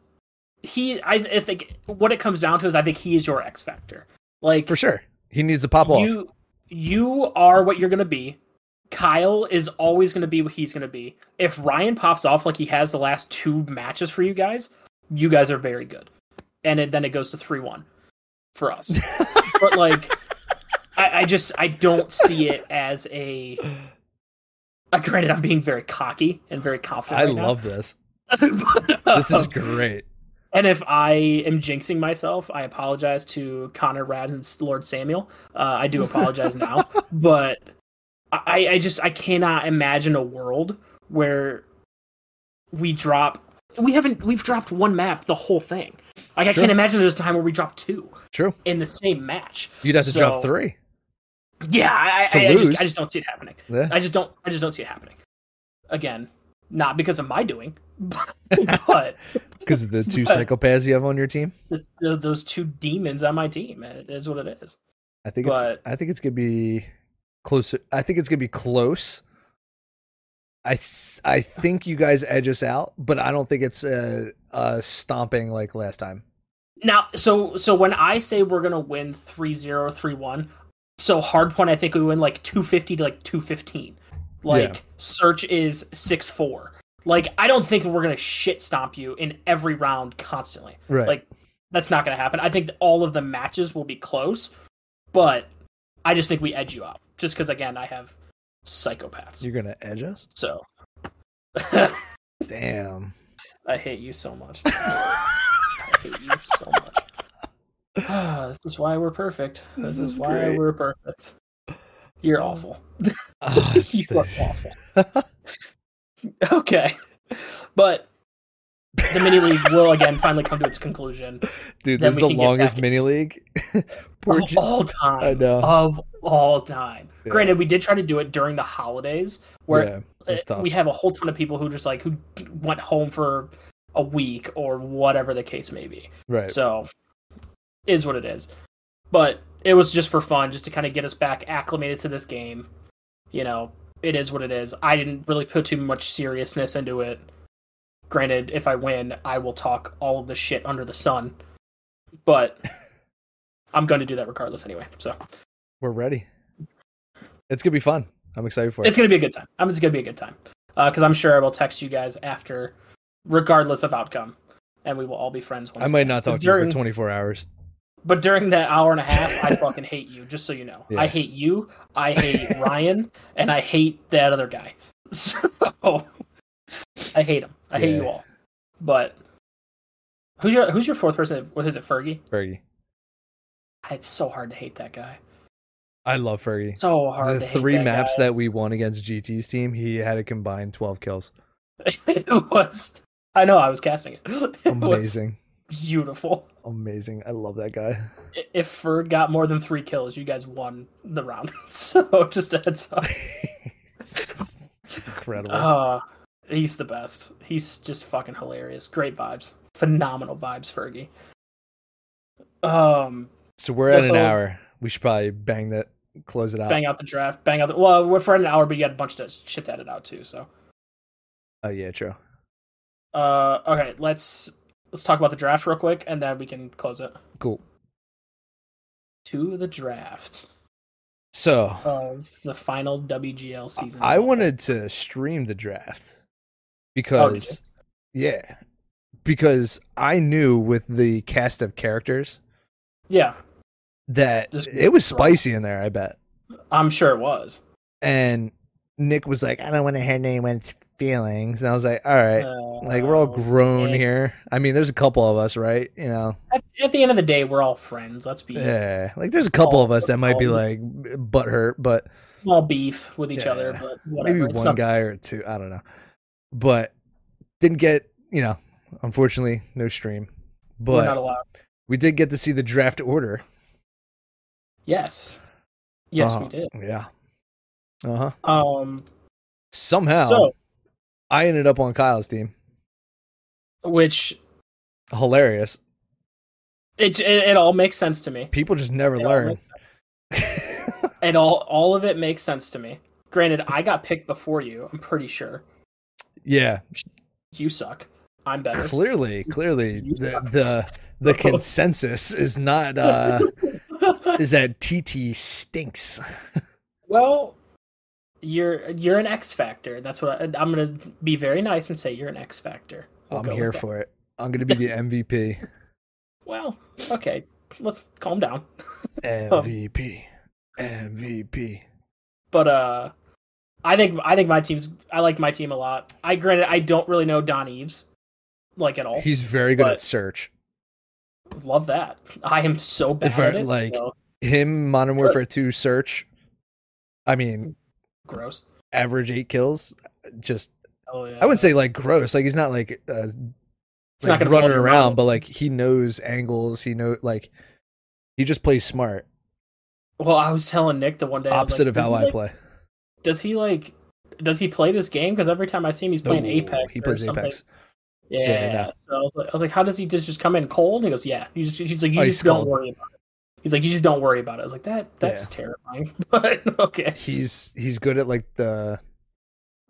Speaker 1: he I, I think what it comes down to is i think he is your x factor like
Speaker 2: For sure. He needs to pop off.
Speaker 1: you you are what you're gonna be. Kyle is always gonna be what he's gonna be. If Ryan pops off like he has the last two matches for you guys, you guys are very good. And it, then it goes to three one for us. but like, I, I just I don't see it as a. Uh, granted, I'm being very cocky and very confident.
Speaker 2: I
Speaker 1: right now.
Speaker 2: love this.
Speaker 1: But,
Speaker 2: This is
Speaker 1: um,
Speaker 2: great.
Speaker 1: And if I am jinxing myself, I apologize to Connor Rabs and Lord Samuel. Uh, I do apologize now, but I, I just I cannot imagine a world where we drop. We haven't. We've dropped one map the whole thing. Like I
Speaker 2: Sure.
Speaker 1: can't imagine there's a time where we drop two
Speaker 2: True.
Speaker 1: in the same match.
Speaker 2: You'd have to
Speaker 1: So-
Speaker 2: drop three.
Speaker 1: Yeah, I,
Speaker 2: To
Speaker 1: I, I
Speaker 2: lose.
Speaker 1: just I just don't see it happening.
Speaker 2: Yeah.
Speaker 1: I just don't. I just don't see it happening. Again, not because of my doing, but
Speaker 2: Because of the two
Speaker 1: But-
Speaker 2: psychopaths you have on your team.
Speaker 1: th- th- those two demons on my team. It is what it is.
Speaker 2: I think it's
Speaker 1: But-
Speaker 2: I think it's gonna be closer. I think it's gonna be close. I s- I think you guys edge us out, but I don't think it's a, a stomping like last time.
Speaker 1: Now, so so when I say we're gonna win 3-0, 3-1, so hard point, I think we win like two fifty to like two fifteen. Like search is six four. Like I don't think we're gonna shit stomp you in every round constantly.
Speaker 2: Right.
Speaker 1: Like that's not gonna happen. I think that all of the matches will be close, but I just think we edge you out just because again I have psychopaths.
Speaker 2: You're gonna edge us?
Speaker 1: so
Speaker 2: Damn. Ah,
Speaker 1: I hate you so much. I hate you so much. Ah, this is why we're perfect. This,
Speaker 2: This
Speaker 1: is,
Speaker 2: is
Speaker 1: why
Speaker 2: great.
Speaker 1: we're perfect. You're awful.
Speaker 2: Ah,
Speaker 1: you are awful. Okay. But the mini league will again finally come to its conclusion
Speaker 2: Dude,
Speaker 1: Then
Speaker 2: this is
Speaker 1: we
Speaker 2: the
Speaker 1: can get
Speaker 2: longest
Speaker 1: back-
Speaker 2: mini league. Poor
Speaker 1: of
Speaker 2: J-
Speaker 1: all
Speaker 2: I
Speaker 1: time.
Speaker 2: know.
Speaker 1: Of all time.
Speaker 2: Yeah.
Speaker 1: Granted, we did try to do it during the holidays where
Speaker 2: yeah, it's
Speaker 1: uh,
Speaker 2: tough.
Speaker 1: we have a whole ton of people who just like who went home for a week or whatever the case may be.
Speaker 2: right.
Speaker 1: So is what it is. But it was just for fun, just to kind of get us back acclimated to this game. You know, it is what it is. I didn't really put too much seriousness into it. Granted, if I win, I will talk all of the shit under the sun. But I'm going to do that regardless anyway. So
Speaker 2: We're ready. It's gonna be fun. I'm excited for
Speaker 1: it's
Speaker 2: it.
Speaker 1: going to be a good time. I'm just going to be a good time. Because I'm sure I will text you guys after, regardless of outcome. And we will all be friends. Once
Speaker 2: I might
Speaker 1: again.
Speaker 2: not talk
Speaker 1: But
Speaker 2: to you for
Speaker 1: during-
Speaker 2: 24 hours.
Speaker 1: But during that hour and a half, I fucking hate you. Just so you know,
Speaker 2: Yeah.
Speaker 1: I hate you. I hate Ryan, and I hate that other guy. So I hate him. I hate
Speaker 2: Yeah.
Speaker 1: you all. But who's your who's your fourth person? What is it, Fergie?
Speaker 2: Fergie.
Speaker 1: It's so hard to hate that guy.
Speaker 2: I love Fergie.
Speaker 1: So hard.
Speaker 2: the
Speaker 1: to hate
Speaker 2: three
Speaker 1: that
Speaker 2: maps
Speaker 1: guy.
Speaker 2: that we won against GT's team, he had a combined 12 kills.
Speaker 1: it was. I know. I was casting it. It was
Speaker 2: Amazing.
Speaker 1: beautiful.
Speaker 2: Amazing. I love that guy.
Speaker 1: I- If Ferg got more than three kills, you guys won the round. So just a heads up.
Speaker 2: Incredible.
Speaker 1: Uh, he's the best. He's just fucking hilarious. Great vibes. Phenomenal vibes, Fergie. Um,
Speaker 2: so we're at an
Speaker 1: so-
Speaker 2: hour. We should probably bang that, close it out.
Speaker 1: bang out the draft. Bang out the. Well, we're for an hour, but you got a bunch of shit to edit out too. So,
Speaker 2: Oh, yeah, true.
Speaker 1: uh, okay, let's let's talk about the draft real quick, and then we can close it.
Speaker 2: Cool.
Speaker 1: To the draft
Speaker 2: So
Speaker 1: of the final WGL season.
Speaker 2: I wanted to stream the draft
Speaker 1: Oh, did
Speaker 2: because, yeah, because I knew with the cast of characters
Speaker 1: Yeah,
Speaker 2: that
Speaker 1: Just
Speaker 2: it was
Speaker 1: raw.
Speaker 2: spicy in there, I bet.
Speaker 1: I'm sure it was.
Speaker 2: and Nick was like, "I don't want to hurt anyone's feelings," and I was like, "All right,
Speaker 1: Uh,
Speaker 2: like we're all grown
Speaker 1: Nick.
Speaker 2: here. I mean, there's a couple of us, right? You know,
Speaker 1: at, at the end of the day, we're all friends. Let's be
Speaker 2: yeah, like there's a couple of us that might be
Speaker 1: Oh.
Speaker 2: like butthurt, but
Speaker 1: small beef with each
Speaker 2: Yeah.
Speaker 1: other, but whatever.
Speaker 2: maybe
Speaker 1: it's
Speaker 2: one
Speaker 1: not
Speaker 2: guy or two, I don't know. But didn't get, you know, unfortunately, no stream.
Speaker 1: We're not
Speaker 2: But
Speaker 1: allowed.
Speaker 2: we did get to see the draft order.
Speaker 1: Yes. Yes,
Speaker 2: Uh-huh.
Speaker 1: we did.
Speaker 2: Yeah. Uh huh.
Speaker 1: Um,
Speaker 2: Somehow,
Speaker 1: so
Speaker 2: I ended up on Kyle's team.
Speaker 1: which
Speaker 2: Hilarious.
Speaker 1: it, it it all makes sense to me.
Speaker 2: People just never
Speaker 1: It all
Speaker 2: learn.
Speaker 1: makes sense. and all all of it makes sense to me. Granted, I got picked before you. I'm pretty sure
Speaker 2: Yeah.
Speaker 1: you suck. I'm better.
Speaker 2: clearly clearly
Speaker 1: You
Speaker 2: the
Speaker 1: suck.
Speaker 2: the, the consensus is not uh is that tt stinks
Speaker 1: well, you're you're an X factor. That's what I, I'm gonna be very nice and say you're an X factor. We'll
Speaker 2: i'm
Speaker 1: go
Speaker 2: here
Speaker 1: with that.
Speaker 2: for it i'm gonna be the mvp
Speaker 1: Well, okay. Let's calm down. Oh.
Speaker 2: mvp mvp
Speaker 1: but uh I think I think my team's I like my team a lot. I granted I don't really know Don Eves. like at all.
Speaker 2: He's very good
Speaker 1: But-
Speaker 2: at search.
Speaker 1: Love that. I am so bad
Speaker 2: Very,
Speaker 1: at it.
Speaker 2: like-
Speaker 1: so
Speaker 2: Him, Modern
Speaker 1: Good.
Speaker 2: Warfare 2 search. I mean,
Speaker 1: gross.
Speaker 2: average eight kills. Just
Speaker 1: Oh yeah.
Speaker 2: I wouldn't say like gross. Like he's not like uh,
Speaker 1: He's not
Speaker 2: like
Speaker 1: gonna
Speaker 2: running
Speaker 1: wander
Speaker 2: around,
Speaker 1: around.
Speaker 2: but like he knows angles. He know like he just plays smart.
Speaker 1: Well, I was telling Nick the one day I was
Speaker 2: opposite
Speaker 1: like,
Speaker 2: of
Speaker 1: does
Speaker 2: how
Speaker 1: he,
Speaker 2: I
Speaker 1: like-
Speaker 2: play.
Speaker 1: Does he like? Does he play this game? Because every time I see him, he's playing
Speaker 2: No,
Speaker 1: Apex.
Speaker 2: He
Speaker 1: or
Speaker 2: plays
Speaker 1: something.
Speaker 2: Apex.
Speaker 1: Yeah.
Speaker 2: no.
Speaker 1: So I was like, I was like, how does he just just come in cold? And he goes, yeah. You just, he's like, you
Speaker 2: Oh, he's
Speaker 1: just don't
Speaker 2: cold.
Speaker 1: worry about it. He's like, you just don't worry about it. I was like, that that's terrifying. But okay.
Speaker 2: He's he's good at like the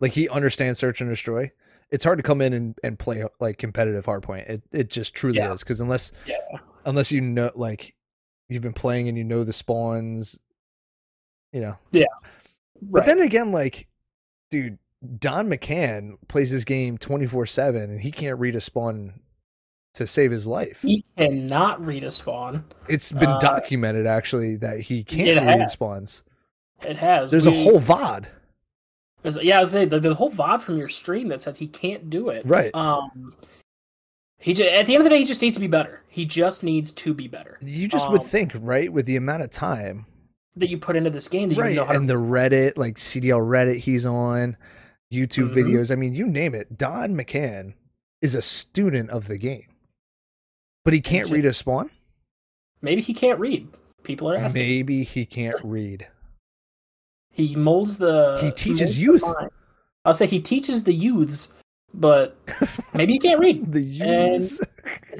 Speaker 2: like he understands search and destroy. It's hard to come in and, and play like competitive hardpoint. It it just truly
Speaker 1: Yeah.
Speaker 2: is because unless
Speaker 1: Yeah.
Speaker 2: unless you know like you've been playing and you know the spawns, you know. But
Speaker 1: Right.
Speaker 2: then again, like dude, Don McCann plays this game twenty four seven and he can't read a spawn to save his life.
Speaker 1: he cannot read a spawn.
Speaker 2: It's been
Speaker 1: Uh,
Speaker 2: documented actually that he can't
Speaker 1: it
Speaker 2: read
Speaker 1: has.
Speaker 2: spawns.
Speaker 1: It has.
Speaker 2: There's
Speaker 1: We-
Speaker 2: a whole VOD.
Speaker 1: there's- yeah, I was saying the, the whole vibe from your stream that says he can't do it.
Speaker 2: Right.
Speaker 1: Um. He just, at the end of the day, he just needs to be better. He just needs to be better.
Speaker 2: You just would
Speaker 1: Um,
Speaker 2: think, right, with the amount of time,
Speaker 1: That you put into this game, that you
Speaker 2: right,
Speaker 1: know how to
Speaker 2: and the Reddit, like CDL Reddit, he's on YouTube
Speaker 1: Mhm.
Speaker 2: videos. I mean, you name it. Don McCann is a student of the game, but he can't
Speaker 1: Gotcha.
Speaker 2: read a spawn.
Speaker 1: Maybe he can't read. People are asking.
Speaker 2: Maybe he can't read.
Speaker 1: He molds the.
Speaker 2: He teaches
Speaker 1: molds the
Speaker 2: youth.
Speaker 1: mind. I'll say he teaches the youths, but maybe he can't read.
Speaker 2: The use.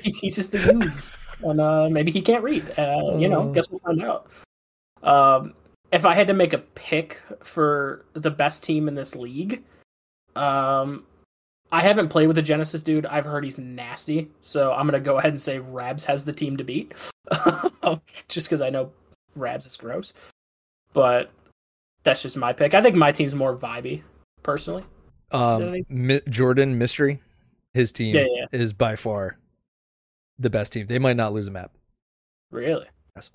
Speaker 1: He teaches the youths, and uh, maybe he can't read. Uh, you know,
Speaker 2: Oh.
Speaker 1: guess we'll find out. Um, if I had to make a pick for the best team in this league, um, I haven't played with the Genesis dude. I've heard he's nasty, so I'm gonna go ahead and say Rabs has the team to beat, just because I know Rabs is gross. But that's just my pick. I think my team's more vibey, personally.
Speaker 2: Um, Mi- Jordan Mystery, his team
Speaker 1: Yeah, yeah.
Speaker 2: is by far the best team. They might not lose a map.
Speaker 1: Really?
Speaker 2: Yes.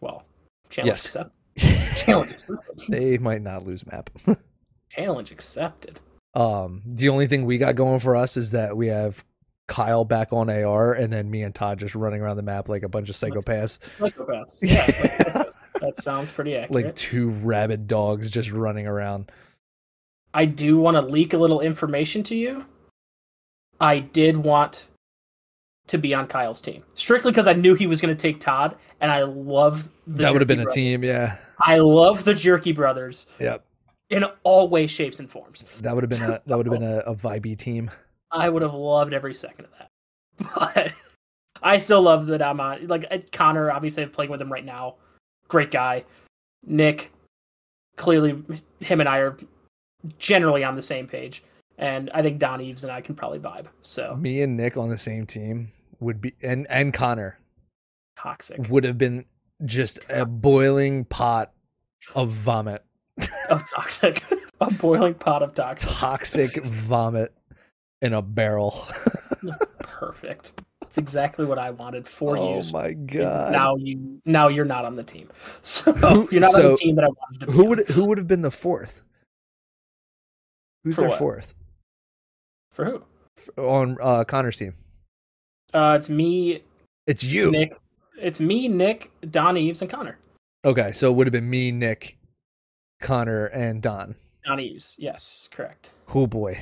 Speaker 1: Well, challenge
Speaker 2: Yes.
Speaker 1: accepted. Challenge accepted.
Speaker 2: they might not lose a map.
Speaker 1: challenge accepted.
Speaker 2: Um, the only thing we got going for us is that we have Kyle back on AR, and then me and Todd just running around the map like a bunch of psychopaths,
Speaker 1: Psychopaths. Yeah, psychopaths. that sounds pretty accurate.
Speaker 2: like two rabid dogs just running around.
Speaker 1: I do want to leak a little information to you. I did want to be on Kyle's team strictly because I knew he was going to take Todd, and I love the
Speaker 2: that would
Speaker 1: Jerky
Speaker 2: have been a
Speaker 1: Brothers.
Speaker 2: team, yeah,
Speaker 1: I love the Jerky Brothers
Speaker 2: yep.
Speaker 1: in all ways, shapes, and forms.
Speaker 2: That would have been a that would have been a, a vibey team.
Speaker 1: I would have loved every second of that. But I still love that I'm on. Like uh, Connor, obviously, I'm playing with him right now. Great guy. Nick, clearly, him and I are generally on the same page. And I think Don Eves and I can probably vibe. So
Speaker 2: Me and Nick on the same team would be, and and Connor Mm-hmm.
Speaker 1: toxic.
Speaker 2: would have been just a boiling pot of vomit,
Speaker 1: Of Oh, toxic. A boiling pot of toxic.
Speaker 2: toxic vomit in a barrel.
Speaker 1: Perfect. It's exactly what I wanted for
Speaker 2: oh
Speaker 1: you.
Speaker 2: my
Speaker 1: And
Speaker 2: god!
Speaker 1: Now you now you're not on the team. So
Speaker 2: Who-
Speaker 1: you're not on
Speaker 2: so
Speaker 1: the team that I wanted to be.
Speaker 2: Who
Speaker 1: on.
Speaker 2: would who would have been the fourth? Who's
Speaker 1: For
Speaker 2: their
Speaker 1: what?
Speaker 2: fourth
Speaker 1: for who?
Speaker 2: F- on uh, Connor's team?
Speaker 1: Uh, it's me,
Speaker 2: It's you.
Speaker 1: Nick. It's me, Nick, Don Eves, and Connor.
Speaker 2: Okay, so it would have been me, Nick, Connor, and Don.
Speaker 1: Don Eves. Yes, correct.
Speaker 2: Oh boy.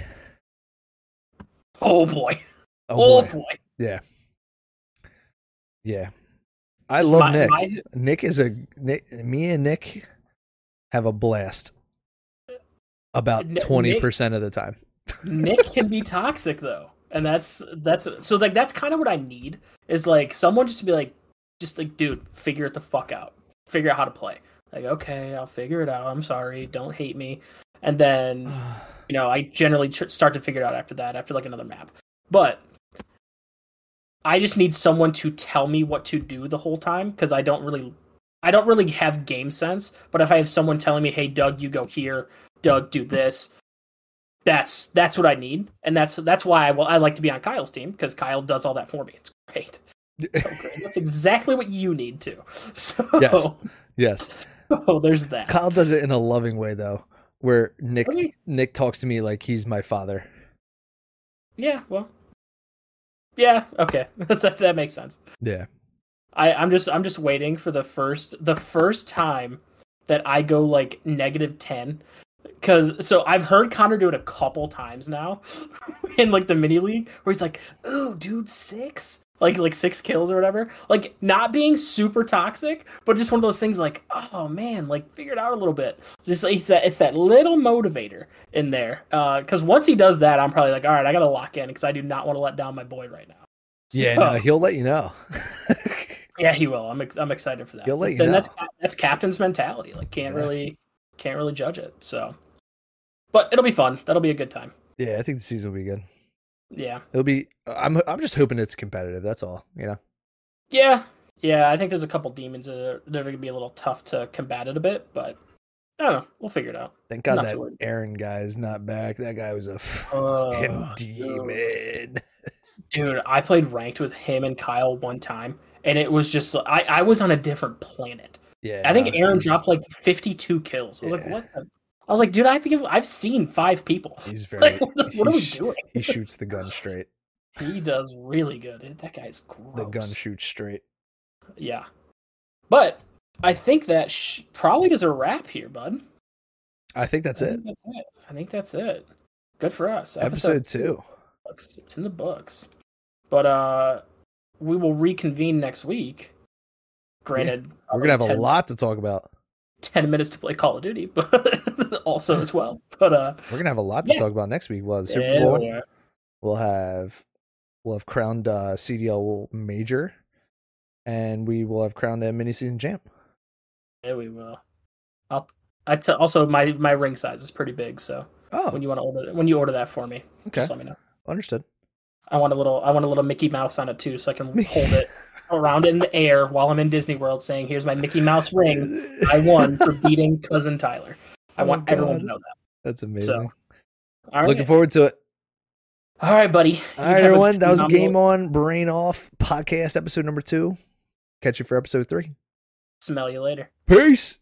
Speaker 1: Oh boy.
Speaker 2: Oh,
Speaker 1: Oh boy.
Speaker 2: boy. Yeah. I love
Speaker 1: My-
Speaker 2: Nick.
Speaker 1: my-
Speaker 2: Nick is a Nick, me and Nick have a blast about
Speaker 1: Nick-
Speaker 2: twenty percent of the time.
Speaker 1: Nick can be toxic though, and that's that's so like that's kind of what I need is like someone just to be like, just like dude, figure it the fuck out. Figure out how to play. Like okay, I'll figure it out. I'm sorry. Don't hate me. And then you know, I generally tr- start to figure it out after that, after like another map. But I just need someone to tell me what to do the whole time because I don't really, I don't really have game sense. But if I have someone telling me, "Hey, Doug, you go here. Doug, do this," that's that's what I need, and that's that's why I well I like to be on Kyle's team because Kyle does all that for me. It's great. So great. That's exactly what you need to. So,
Speaker 2: Yes. yes.
Speaker 1: so there's that.
Speaker 2: Kyle does it in a loving way though, where Nick
Speaker 1: Okay.
Speaker 2: Nick talks to me like he's my father.
Speaker 1: Yeah, well, yeah, okay, that that makes sense.
Speaker 2: Yeah.
Speaker 1: I, I'm just I'm just waiting for the first the first time that I go like negative ten. Cause so I've heard Connor do it a couple times now in like the mini league where he's like, ooh, dude, six? Like like six kills or whatever. Like not being super toxic, but just one of those things like, oh man, like figure it out a little bit. Just it's that it's that little motivator in there. Uh because once he does that, I'm probably like, all right, I gotta lock in because I do not want to let down my boy right now.
Speaker 2: Yeah,
Speaker 1: So-
Speaker 2: no, he'll let you know.
Speaker 1: yeah, he will. I'm ex- I'm excited for that.
Speaker 2: He'll let you
Speaker 1: then
Speaker 2: know.
Speaker 1: that's that's captain's mentality. Like can't
Speaker 2: Yeah.
Speaker 1: really can't really judge it. So, but it'll be fun. That'll be a good time.
Speaker 2: yeah, I think the season will be good.
Speaker 1: Yeah,
Speaker 2: It'll be. I'm. I'm just hoping it's competitive. That's all. You know.
Speaker 1: yeah, yeah. I think there's a couple demons that are, that are gonna be a little tough to combat it a bit, but I don't know. We'll figure it out.
Speaker 2: Thank God
Speaker 1: Not
Speaker 2: that
Speaker 1: too worried.
Speaker 2: Aaron guy is not back. That guy was a fucking
Speaker 1: Oh,
Speaker 2: demon.
Speaker 1: Dude, I played ranked with him and Kyle one time, and it was just I I was on a different planet.
Speaker 2: Yeah.
Speaker 1: I think Aaron
Speaker 2: he's-
Speaker 1: dropped like 52 kills. I was like,
Speaker 2: Yeah.
Speaker 1: what? The? I was like, dude, I think I've seen five people.
Speaker 2: He's very.
Speaker 1: Like, what, the- what are
Speaker 2: he
Speaker 1: we
Speaker 2: sh-
Speaker 1: doing?
Speaker 2: He shoots the gun straight.
Speaker 1: He does really good. That guy's gross.
Speaker 2: The gun shoots straight.
Speaker 1: yeah. But I think that sh- probably is a wrap here, bud.
Speaker 2: I think that's
Speaker 1: I
Speaker 2: it.
Speaker 1: think that's it. I think that's it. Good for us.
Speaker 2: Episode two.
Speaker 1: books in the books. But uh we will reconvene next week. Granted,
Speaker 2: We're gonna have a
Speaker 1: 10
Speaker 2: lot to talk about.
Speaker 1: 10 minutes to play Call of Duty, but also as well. But uh
Speaker 2: We're gonna have a lot to
Speaker 1: Yeah.
Speaker 2: talk about next week. We'll have the Super
Speaker 1: yeah,
Speaker 2: Bowl.
Speaker 1: we are.
Speaker 2: We'll have. We'll have crowned uh, CDL major, and we will have crowned a mini season champ.
Speaker 1: Yeah, we will. I'll I t- also my my ring size is pretty big, so
Speaker 2: Oh,
Speaker 1: when you want to order when you order that for me,
Speaker 2: okay,
Speaker 1: just let me know.
Speaker 2: understood.
Speaker 1: I want a little I want a little Mickey Mouse on it too, so I can hold it around in the air while I'm in Disney World saying, Here's my Mickey Mouse ring I won for beating cousin Tyler. I
Speaker 2: Oh,
Speaker 1: want everyone to
Speaker 2: God.
Speaker 1: know that.
Speaker 2: That's amazing.
Speaker 1: All right.
Speaker 2: Looking forward to it.
Speaker 1: All right, buddy. You
Speaker 2: All right,
Speaker 1: have a
Speaker 2: everyone. That was Game
Speaker 1: phenomenal-
Speaker 2: On Brain Off podcast episode number two. Catch you for episode three.
Speaker 1: Smell you later.
Speaker 2: Peace.